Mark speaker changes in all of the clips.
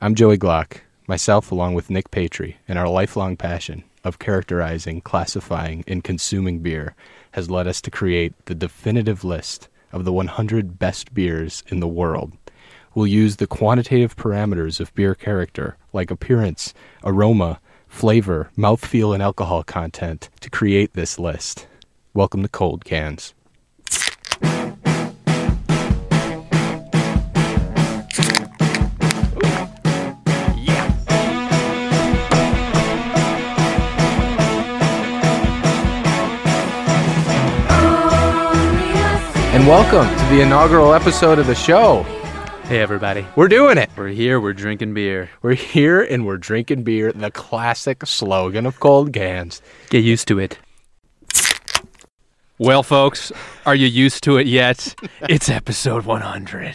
Speaker 1: I'm Joey Glock, myself along with Nick Patry, and our lifelong passion of characterizing, classifying, and consuming beer has led us to create the definitive list of the 100 best beers in the world. We'll use the quantitative parameters of beer character, like appearance, aroma, flavor, mouthfeel, and alcohol content, to create this list. Welcome to Cold Cans. And welcome to the inaugural episode of the show.
Speaker 2: Hey everybody,
Speaker 1: We're doing it.
Speaker 2: we're here. We're drinking beer.
Speaker 1: We're here and we're drinking beer, the classic slogan of Cold Cans.
Speaker 2: Get used to it. Well, folks, are you used to it yet? it's episode 100.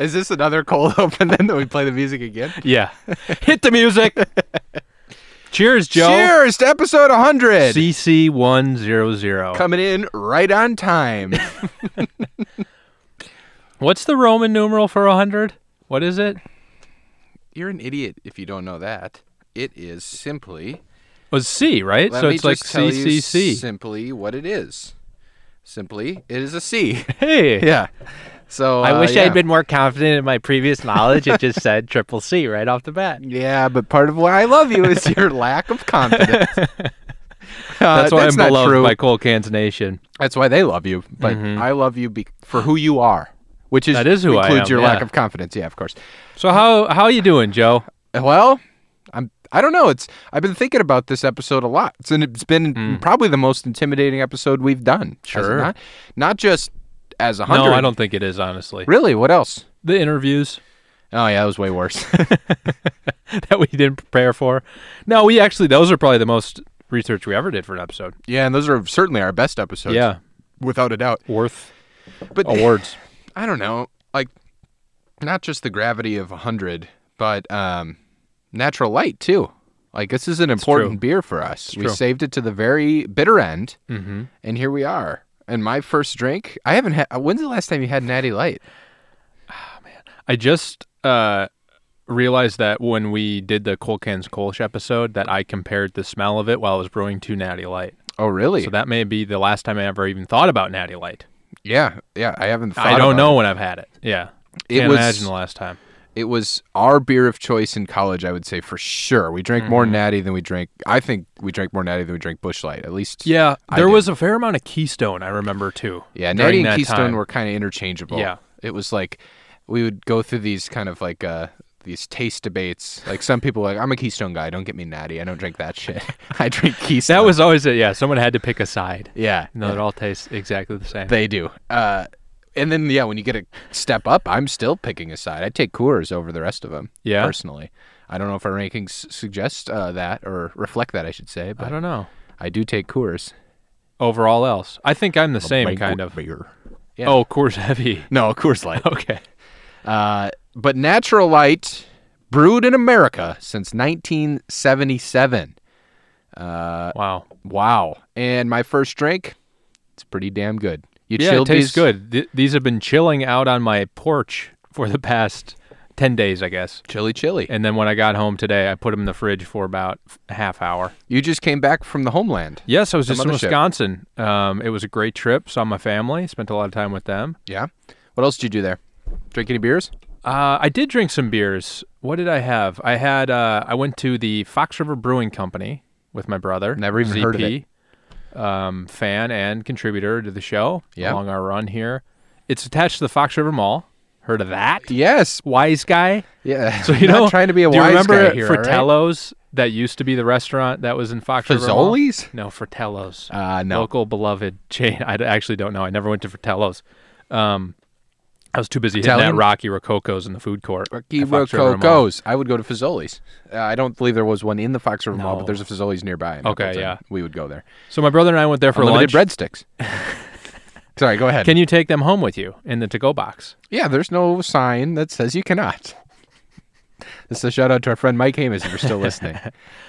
Speaker 1: Is this another cold open then that we play the music again?
Speaker 2: Yeah, hit the music. Cheers, Joe.
Speaker 1: Cheers to episode 100.
Speaker 2: CC one zero zero.
Speaker 1: Coming in right on time.
Speaker 2: What's the Roman numeral for 100? What is it?
Speaker 3: You're an idiot if you don't know that. It is simply.
Speaker 2: Was C right?
Speaker 3: Let
Speaker 2: so
Speaker 3: me
Speaker 2: it's like
Speaker 3: just tell you
Speaker 2: CCC.
Speaker 3: Simply what it is. Simply, it is a C.
Speaker 2: Hey.
Speaker 3: yeah. So
Speaker 2: I
Speaker 3: uh,
Speaker 2: wish
Speaker 3: yeah.
Speaker 2: I'd been more confident in my previous knowledge. It just said triple C right off the bat.
Speaker 1: Yeah, but part of why I love you is your lack of confidence. Uh,
Speaker 3: Uh,
Speaker 2: That's why I'm
Speaker 1: not
Speaker 2: beloved
Speaker 1: true.
Speaker 2: by Cold Cans Nation.
Speaker 1: That's why they love you, but I love you be- for who you are, which is
Speaker 2: Mm-hmm. That is who I
Speaker 1: includes
Speaker 2: am,
Speaker 1: your lack
Speaker 2: yeah.
Speaker 1: of confidence. Yeah, of course.
Speaker 2: So how how you doing, Joe?
Speaker 1: Well, I'm. I don't know. It's. I've been thinking about this episode a lot. It's, and it's been probably the most intimidating episode we've done. has it
Speaker 2: Mm. Sure.
Speaker 1: Not, not just as a
Speaker 2: No,
Speaker 1: hundred.
Speaker 2: I don't think it is honestly.
Speaker 1: Really? What else?
Speaker 2: The interviews
Speaker 1: Oh yeah, that was way worse.
Speaker 2: that we didn't prepare for. No, we actually those are probably the most research we ever did for an episode.
Speaker 1: yeah, and those are certainly our best episodes.
Speaker 2: yeah,
Speaker 1: without a doubt.
Speaker 2: worth
Speaker 1: But
Speaker 2: awards.
Speaker 1: I don't know, like not just the gravity of 100, but um, natural light too. Like this is an important
Speaker 2: true.
Speaker 1: beer for us. we
Speaker 2: true.
Speaker 1: saved it to the very bitter end,
Speaker 2: Mm-hmm.
Speaker 1: and here we are. And my first drink, I haven't had. When's the last time you had Natty Light?
Speaker 2: I just uh, realized that when we did the Cold Cans Kolsch episode, that I compared the smell of it while I was brewing to Natty Light.
Speaker 1: Oh, really?
Speaker 2: So that may be the last time I ever even thought about Natty Light.
Speaker 1: yeah, yeah. I haven't. Thought
Speaker 2: I don't
Speaker 1: about
Speaker 2: know when I've had it. Yeah,
Speaker 1: It
Speaker 2: can't
Speaker 1: was-
Speaker 2: imagine the last time.
Speaker 1: It. It was our beer of choice in college. I would say for sure. We drank
Speaker 2: Mm-hmm.
Speaker 1: more Natty than we drank. I think we drank more Natty than we drank Bush Light. At least.
Speaker 2: Yeah,
Speaker 1: I
Speaker 2: there
Speaker 1: did.
Speaker 2: was a fair amount of Keystone I remember too.
Speaker 1: Yeah,
Speaker 2: during
Speaker 1: Natty and
Speaker 2: that
Speaker 1: Keystone
Speaker 2: time.
Speaker 1: were kind of interchangeable.
Speaker 2: Yeah.
Speaker 1: It was like we would go through these kind of like uh these taste debates. Like some people were like, I'm a Keystone guy, don't get me natty. I don't drink that shit. I drink Keystone.
Speaker 2: That was always it. Yeah, someone had to pick a side.
Speaker 1: Yeah.
Speaker 2: No, it all tastes exactly the same.
Speaker 1: They do. Uh and then yeah, when you get a step up, I'm still picking a side. I take Coors over the rest of them.
Speaker 2: Yeah?
Speaker 1: Personally. I don't know if our rankings suggest uh, that or reflect that, I should say, but
Speaker 2: I
Speaker 1: I,
Speaker 2: don't know.
Speaker 1: do take Coors.
Speaker 2: Over all else, I think I'm the same
Speaker 1: Like
Speaker 2: kind of.
Speaker 1: beer. yeah.
Speaker 2: Oh, Coors Heavy.
Speaker 1: No, Coors Light.
Speaker 2: Okay.
Speaker 1: Uh, but Natural Light, brewed in America since 1977. Uh,
Speaker 2: Wow.
Speaker 1: Wow. And my first drink, it's pretty damn good. You
Speaker 2: Yeah,
Speaker 1: chilled
Speaker 2: it tastes
Speaker 1: these?
Speaker 2: good. Th- these have been chilling out on my porch for the past ten days, I guess.
Speaker 1: Chili chili.
Speaker 2: And then when I got home today, I put them in the fridge for about f- a half hour.
Speaker 1: You just came back from the homeland.
Speaker 2: Yes, I was just in
Speaker 1: mothership.
Speaker 2: Wisconsin. Um, it was a great trip. Saw my family. Spent a lot of time with them.
Speaker 1: Yeah. What else did you do there? Drink any beers?
Speaker 2: Uh, I did drink some beers. What did I have? I had. Uh, I went to the Fox River Brewing Company with my brother.
Speaker 1: Never even
Speaker 2: ZP,
Speaker 1: heard of
Speaker 2: Um, fan and contributor to the show
Speaker 1: Yeah.
Speaker 2: along our run here. It's attached to the Fox River Mall. Heard of that?
Speaker 1: Yes.
Speaker 2: Wise guy.
Speaker 1: Yeah.
Speaker 2: So you
Speaker 1: Not
Speaker 2: know,
Speaker 1: trying to be a
Speaker 2: do you
Speaker 1: wise
Speaker 2: remember
Speaker 1: guy here. all right?
Speaker 2: Fratello's that used to be the restaurant that was in Fox River Mall?
Speaker 1: Fazoli's?
Speaker 2: No, Fratello's
Speaker 1: Uh, no.
Speaker 2: local beloved chain. I d- actually don't know. I never went to Fratello's. Um, I was too busy hitting
Speaker 1: Italian?
Speaker 2: that Rocky Rococo's in the food court.
Speaker 1: Rocky
Speaker 2: at Fox River Mall.
Speaker 1: Rococo's. I would go to Fazoli's. Uh, I don't believe there was one in the Fox River Mall, but
Speaker 2: No.
Speaker 1: there's a Fazoli's nearby. in
Speaker 2: Okay,
Speaker 1: Appleton.
Speaker 2: yeah.
Speaker 1: We would go there.
Speaker 2: So my brother and I went there for lunch.
Speaker 1: Unlimited breadsticks. Sorry, go ahead.
Speaker 2: Can you take them home with you in the to-go box?
Speaker 1: Yeah, there's no sign that says you cannot. This is a shout out to our friend Mike Hamas, if you're still listening,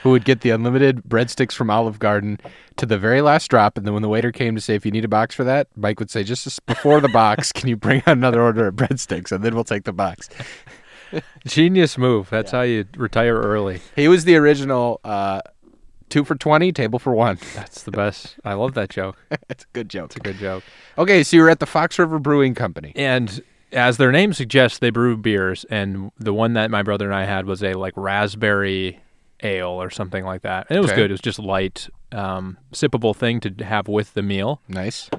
Speaker 1: who would get the unlimited breadsticks from Olive Garden to the very last drop. And then when the waiter came to say, if you need a box for that, Mike would say, just as- before the box, can you bring out another order of breadsticks? And then we'll take the box.
Speaker 2: Genius move. That's how you retire early.
Speaker 1: He was the original uh, two for 20, table for one.
Speaker 2: That's the best. I love that joke.
Speaker 1: That's a good joke.
Speaker 2: It's a good joke.
Speaker 1: Okay, so you were at the Fox River Brewing Company.
Speaker 2: And as their name suggests, they brew beers. And the one that my brother and I had was a like raspberry ale or something like that. And it was
Speaker 1: Okay.
Speaker 2: good. It was just light, um, sippable thing to have with the meal.
Speaker 1: Nice.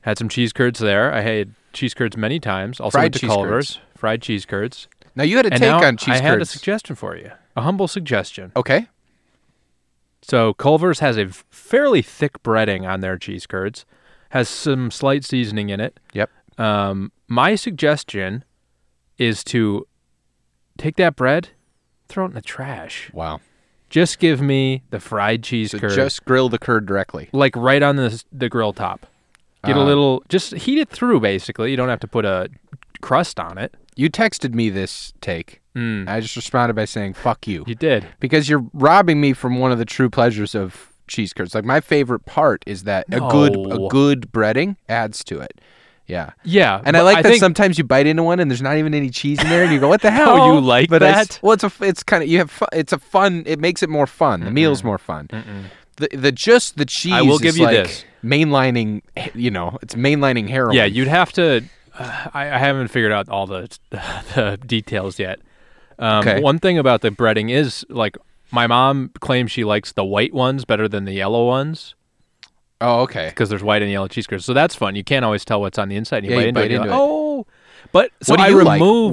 Speaker 2: Had some cheese curds there. I had cheese curds many times. Also
Speaker 1: Fried
Speaker 2: went to
Speaker 1: cheese
Speaker 2: Culver's. Fried cheese curds.
Speaker 1: Now you had a
Speaker 2: and
Speaker 1: take
Speaker 2: now
Speaker 1: on cheese
Speaker 2: I had a
Speaker 1: curds.
Speaker 2: suggestion for you. A humble suggestion.
Speaker 1: okay.
Speaker 2: So Culver's has a fairly thick breading on their cheese curds, has some slight seasoning in it.
Speaker 1: Yep.
Speaker 2: Um, my suggestion is to take that bread, throw it in the trash.
Speaker 1: Wow.
Speaker 2: Just give me the fried cheese
Speaker 1: So
Speaker 2: curd,
Speaker 1: just grill the curd directly.
Speaker 2: like right on the the grill top. Get a
Speaker 1: Uh,
Speaker 2: little, just heat it through. Basically, you don't have to put a crust on it.
Speaker 1: You texted me this take.
Speaker 2: Mm,
Speaker 1: I just responded by saying "fuck you"
Speaker 2: you did.
Speaker 1: because you're robbing me from one of the true pleasures of cheese curds. Like my favorite part is that a good a
Speaker 2: No.
Speaker 1: good breading adds to it. Yeah,
Speaker 2: Yeah,
Speaker 1: and
Speaker 2: but
Speaker 1: I like that
Speaker 2: think- Oh,
Speaker 1: sometimes you bite into one and there's not even any cheese in there, and you go, "What the hell?"
Speaker 2: you like
Speaker 1: but I s-
Speaker 2: that?
Speaker 1: well, it's a f- it's kind of you have fu- it's a fun. It makes it more fun. The meal's more fun. The the just the cheese.
Speaker 2: will
Speaker 1: is
Speaker 2: give you
Speaker 1: like
Speaker 2: this.
Speaker 1: mainlining. You know, it's mainlining heroin.
Speaker 2: Yeah, you'd have to. Uh, I, I haven't figured out all the the details yet. Um,
Speaker 1: Okay.
Speaker 2: One thing about the breading is like my mom claims she likes the white ones better than the yellow ones
Speaker 1: Oh, okay.
Speaker 2: because there's white and yellow cheese curds. So that's fun. You can't always tell what's on the inside. You
Speaker 1: Yeah,
Speaker 2: bite
Speaker 1: you
Speaker 2: into,
Speaker 1: bite
Speaker 2: it, you're
Speaker 1: into
Speaker 2: like,
Speaker 1: it.
Speaker 2: Oh, but so
Speaker 1: what do
Speaker 2: I
Speaker 1: you
Speaker 2: removed.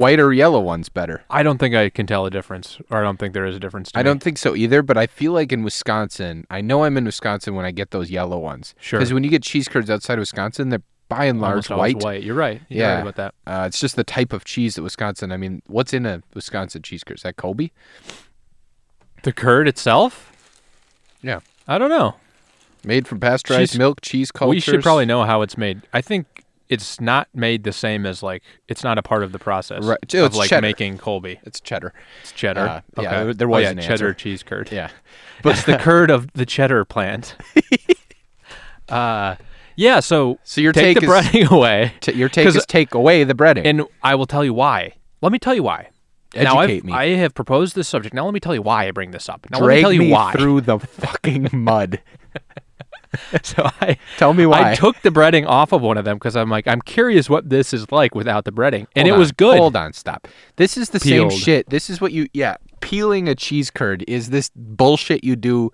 Speaker 1: like? White or yellow ones better?
Speaker 2: I don't think I can tell a difference, or I don't think there is a difference. To
Speaker 1: I
Speaker 2: me.
Speaker 1: don't think so either, but I feel like in Wisconsin, I know I'm in Wisconsin when I get those yellow ones.
Speaker 2: Sure.
Speaker 1: Because when you get cheese curds outside of Wisconsin, they're by and large
Speaker 2: Almost always
Speaker 1: white.
Speaker 2: white. You're right. You're
Speaker 1: Yeah.
Speaker 2: right about that.
Speaker 1: Uh, it's just the type of cheese that Wisconsin. I mean, what's in a Wisconsin cheese curd? Is that Colby?
Speaker 2: The curd itself.
Speaker 1: Yeah.
Speaker 2: I don't know.
Speaker 1: Made from pasteurized
Speaker 2: Cheese-
Speaker 1: milk, cheese cultures.
Speaker 2: We should probably know how it's made. I think it's not made the same as like it's not a part of the process
Speaker 1: Right. Oh,
Speaker 2: of
Speaker 1: it's
Speaker 2: like
Speaker 1: cheddar.
Speaker 2: making Colby.
Speaker 1: It's cheddar.
Speaker 2: It's cheddar.
Speaker 1: Uh, yeah, there- there
Speaker 2: Oh,
Speaker 1: was
Speaker 2: yeah,
Speaker 1: an answer.
Speaker 2: cheddar cheese curd.
Speaker 1: Yeah.
Speaker 2: But it's the curd of the cheddar plant. uh, yeah. So
Speaker 1: So your
Speaker 2: take
Speaker 1: take
Speaker 2: the
Speaker 1: is-
Speaker 2: breading away,
Speaker 1: T- your take
Speaker 2: 'Cause-
Speaker 1: is take away the breading.
Speaker 2: and I will tell you why. Let me tell you why. now I've,
Speaker 1: Educate me.
Speaker 2: I have proposed this subject. Now let me tell you why I bring this up. Now
Speaker 1: Drag
Speaker 2: let me tell you
Speaker 1: me
Speaker 2: why.
Speaker 1: through the fucking mud.
Speaker 2: so I
Speaker 1: Tell me why.
Speaker 2: I took the breading off of one of them because I'm like, I'm curious what this is like without the breading, and
Speaker 1: Hold
Speaker 2: it was
Speaker 1: on,
Speaker 2: good.
Speaker 1: Hold on, stop. This is the
Speaker 2: Peeled.
Speaker 1: same shit. This is what you yeah, peeling a cheese curd is this bullshit you do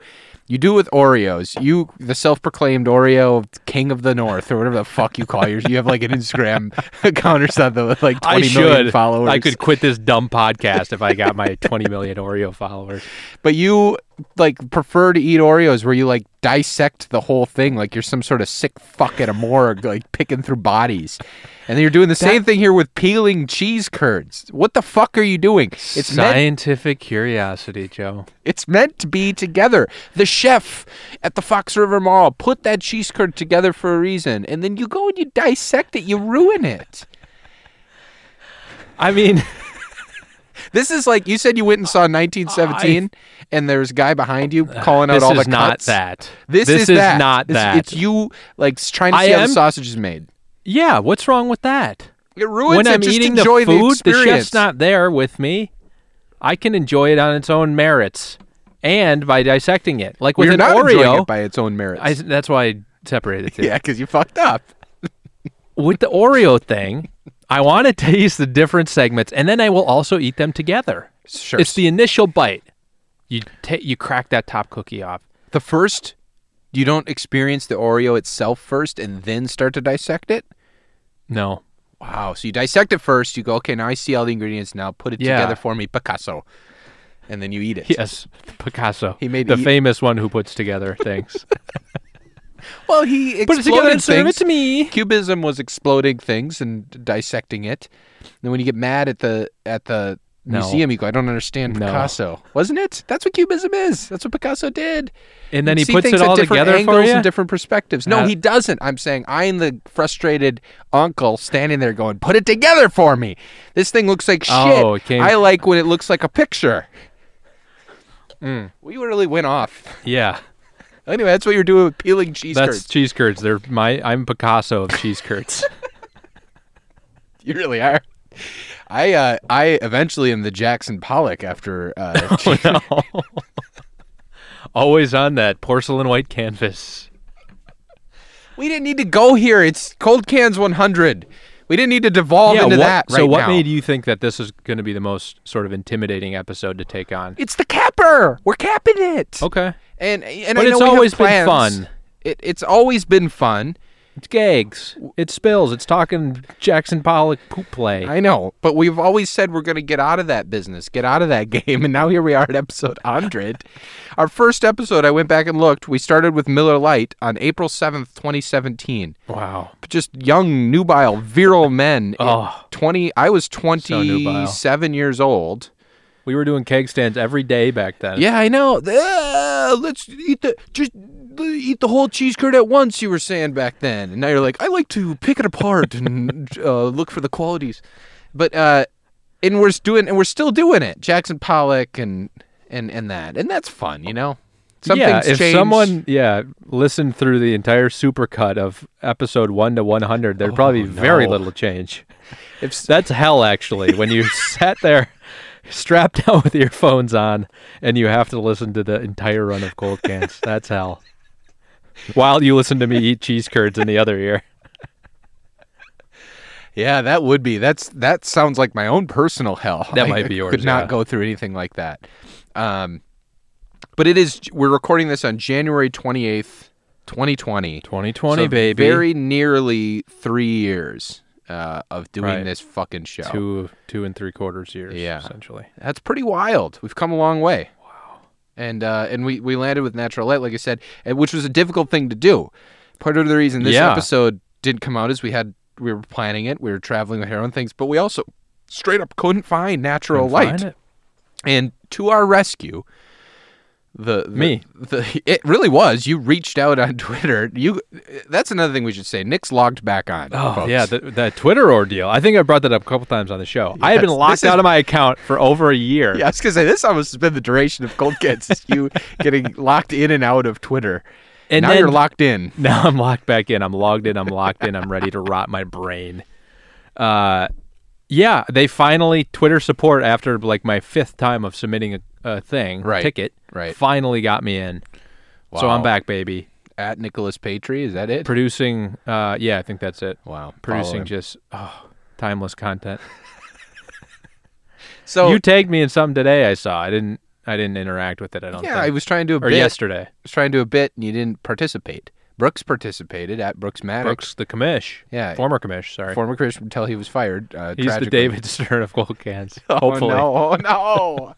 Speaker 1: you do with Oreos. You the self-proclaimed Oreo king of the north or whatever the fuck you call yours. You have like an Instagram account or something with like
Speaker 2: I
Speaker 1: twenty million
Speaker 2: should.
Speaker 1: followers.
Speaker 2: I could quit this dumb podcast if I got my 20 million Oreo followers.
Speaker 1: But you like prefer to eat Oreos where you like dissect the whole thing like you're some sort of sick fuck at a morgue like picking through bodies. And then you're doing the same thing here with peeling cheese curds. What the fuck are you doing? It's meant
Speaker 2: scientific curiosity, Joe.
Speaker 1: It's meant to be together. The chef at the Fox River Mall put that cheese curd together for a reason, and then you go and you dissect it, you ruin it.
Speaker 2: I mean,
Speaker 1: This is like you said you went and saw 1917, and there's a guy behind you calling out
Speaker 2: Uh, this
Speaker 1: all the
Speaker 2: is not
Speaker 1: cuts.
Speaker 2: that.
Speaker 1: This,
Speaker 2: is,
Speaker 1: is, that.
Speaker 2: not
Speaker 1: It's-
Speaker 2: that.
Speaker 1: It's, you like trying to
Speaker 2: I
Speaker 1: see how
Speaker 2: am-
Speaker 1: the sausage is made.
Speaker 2: yeah, what's wrong with that?
Speaker 1: It ruins
Speaker 2: when
Speaker 1: it.
Speaker 2: I'm
Speaker 1: Just
Speaker 2: eating
Speaker 1: enjoy
Speaker 2: the food, the,
Speaker 1: experience.
Speaker 2: chef's not there with me. I can enjoy it on its own merits and by dissecting it. Like with
Speaker 1: You're
Speaker 2: an
Speaker 1: not enjoying
Speaker 2: Oreo,
Speaker 1: it by its own merits.
Speaker 2: I, that's why I separated it.
Speaker 1: yeah, because you fucked up.
Speaker 2: with the Oreo thing, I want to taste the different segments, and then I will also eat them together.
Speaker 1: Sure.
Speaker 2: It's the initial bite. You ta you crack that top cookie off.
Speaker 1: the first you don't experience the Oreo itself first, and then start to dissect it.
Speaker 2: No,
Speaker 1: Wow. So you dissect it first. You go, okay, now I see all the ingredients. Now put it
Speaker 2: Yeah.
Speaker 1: together for me, Picasso. And then you eat it.
Speaker 2: yes, Picasso.
Speaker 1: He made
Speaker 2: the
Speaker 1: me eat-
Speaker 2: famous one who puts together things.
Speaker 1: Well, he
Speaker 2: Put it together and
Speaker 1: exploded
Speaker 2: serve
Speaker 1: things.
Speaker 2: it to me.
Speaker 1: Cubism was exploding things and dissecting it. And then when you get mad at the at the
Speaker 2: No.
Speaker 1: museum, you go, I don't understand
Speaker 2: No.
Speaker 1: Picasso. Wasn't it? That's what cubism is. That's what Picasso did.
Speaker 2: And then
Speaker 1: You'd
Speaker 2: he
Speaker 1: see
Speaker 2: puts
Speaker 1: things
Speaker 2: it
Speaker 1: at
Speaker 2: all
Speaker 1: different
Speaker 2: together
Speaker 1: angles
Speaker 2: for you.
Speaker 1: and different perspectives. No,
Speaker 2: Uh,
Speaker 1: he doesn't. I'm saying I'm the frustrated uncle standing there going, "Put it together for me. This thing looks like shit.
Speaker 2: Oh, it came-
Speaker 1: I like when it looks like a picture."
Speaker 2: Hmm.
Speaker 1: We really went off.
Speaker 2: yeah,
Speaker 1: Anyway, that's what you're doing with peeling cheese
Speaker 2: that's
Speaker 1: curds.
Speaker 2: cheese curds. They're my. I'm Picasso of cheese curds.
Speaker 1: You really are. I uh, I eventually am the Jackson Pollock after uh,
Speaker 2: Always on that porcelain white canvas.
Speaker 1: we didn't need to go here. It's Cold Cans 100. We didn't need to devolve into
Speaker 2: what-
Speaker 1: that.
Speaker 2: so
Speaker 1: right
Speaker 2: what
Speaker 1: now.
Speaker 2: made you think that this is going to be the most sort of intimidating episode to take on?
Speaker 1: It's the capper. We're capping it.
Speaker 2: Okay.
Speaker 1: And and I know
Speaker 2: But it's
Speaker 1: we have
Speaker 2: always been
Speaker 1: plans.
Speaker 2: fun.
Speaker 1: It, it's always been fun.
Speaker 2: It's gags. It's spills. It's talking Jackson Pollock poop play.
Speaker 1: I know, but we've always said we're going to get out of that business, get out of that game, and now here we are at episode 100. Our first episode, I went back and looked. We started with Miller Lite on April 7th, 2017.
Speaker 2: wow.
Speaker 1: Just young, nubile, virile men. in
Speaker 2: Oh.
Speaker 1: 20 I was
Speaker 2: nubile.
Speaker 1: 27 years old.
Speaker 2: We were doing keg stands every day back then.
Speaker 1: Yeah, I know. Uh, let's eat the just uh, eat the whole cheese curd at once. You were saying back then, and now you're like, I like to pick it apart and uh, look for the qualities. But uh, and we're s- doing, and we're still doing it. Jackson Pollock and and and that, and that's fun, you know.
Speaker 2: yeah,
Speaker 1: things
Speaker 2: if
Speaker 1: change.
Speaker 2: someone yeah listened through the entire supercut of episode one to one hundred, there'd probably be very
Speaker 4: no.
Speaker 2: little change.
Speaker 1: If s-
Speaker 2: That's hell, actually, when you sat there strapped down with earphones on and you have to listen to the entire run of cold cans. That's hell. While you listen to me eat cheese curds in the other ear.
Speaker 1: yeah, that would be. That's that sounds like my own personal hell.
Speaker 2: That
Speaker 1: I-
Speaker 2: might be
Speaker 1: I
Speaker 2: yours,
Speaker 1: Could not
Speaker 2: yeah.
Speaker 1: go through anything like that. Um, but it is. We're recording this on January twenty eighth, twenty twenty.
Speaker 2: 2020,
Speaker 1: So
Speaker 2: baby.
Speaker 1: Very nearly three years uh, of doing
Speaker 2: Right.
Speaker 1: this fucking show.
Speaker 2: two two and three quarters years,
Speaker 1: Yeah.
Speaker 2: essentially.
Speaker 1: That's pretty wild. We've come a long way. Wow. And uh, and we, we landed with Natural Light, like I said, and- which was a difficult thing to do. Part of the reason this
Speaker 2: Yeah.
Speaker 1: episode didn't come out is we had we were planning it, we were traveling with our own things, but we also straight up couldn't find Natural
Speaker 2: Couldn't
Speaker 1: Light.
Speaker 2: find it.
Speaker 1: And to our rescue, the, the-
Speaker 2: Me.
Speaker 1: the it really was. You reached out on Twitter. You that's another thing we should say. Nick's logged back on.
Speaker 2: Oh
Speaker 1: folks.
Speaker 2: yeah, that, that Twitter ordeal. I think I brought that up a couple times on the show. I had been
Speaker 1: Yes,
Speaker 2: locked
Speaker 1: this is-
Speaker 2: out of my account for over a year.
Speaker 1: Yeah, I was gonna say this almost has been the duration of cold cats is you getting locked in and out of Twitter.
Speaker 2: And
Speaker 1: now
Speaker 2: then-
Speaker 1: you're locked in.
Speaker 2: Now I'm locked back in. I'm logged in. I'm locked in. I'm ready to rot my brain. Uh, yeah, they finally Twitter support after like my fifth time of submitting a, a thing
Speaker 1: Right,
Speaker 2: ticket.
Speaker 1: right.
Speaker 2: Finally got me in. So
Speaker 1: Wow.
Speaker 2: I'm back, baby.
Speaker 1: At Nicholas Patry, is that it?
Speaker 2: Producing. Uh, yeah, I think that's it.
Speaker 1: Wow, follow
Speaker 2: Producing
Speaker 1: him.
Speaker 2: just oh, timeless content.
Speaker 1: So
Speaker 2: you tagged me in something today. I saw. I didn't. I didn't interact with it. I don't.
Speaker 1: yeah,
Speaker 2: think.
Speaker 1: I was trying to do a
Speaker 2: or
Speaker 1: bit.
Speaker 2: yesterday.
Speaker 1: I was trying to do a bit, and you didn't participate. Brooks participated at Brooks Maddox,
Speaker 2: Brooks, the commish.
Speaker 1: Yeah.
Speaker 2: Former commish, sorry.
Speaker 1: former Christian, until he was fired. Uh,
Speaker 2: He's the
Speaker 1: tragically.
Speaker 2: David Stern of gold cans.
Speaker 1: Oh,
Speaker 2: Hopefully.
Speaker 1: no! Oh no!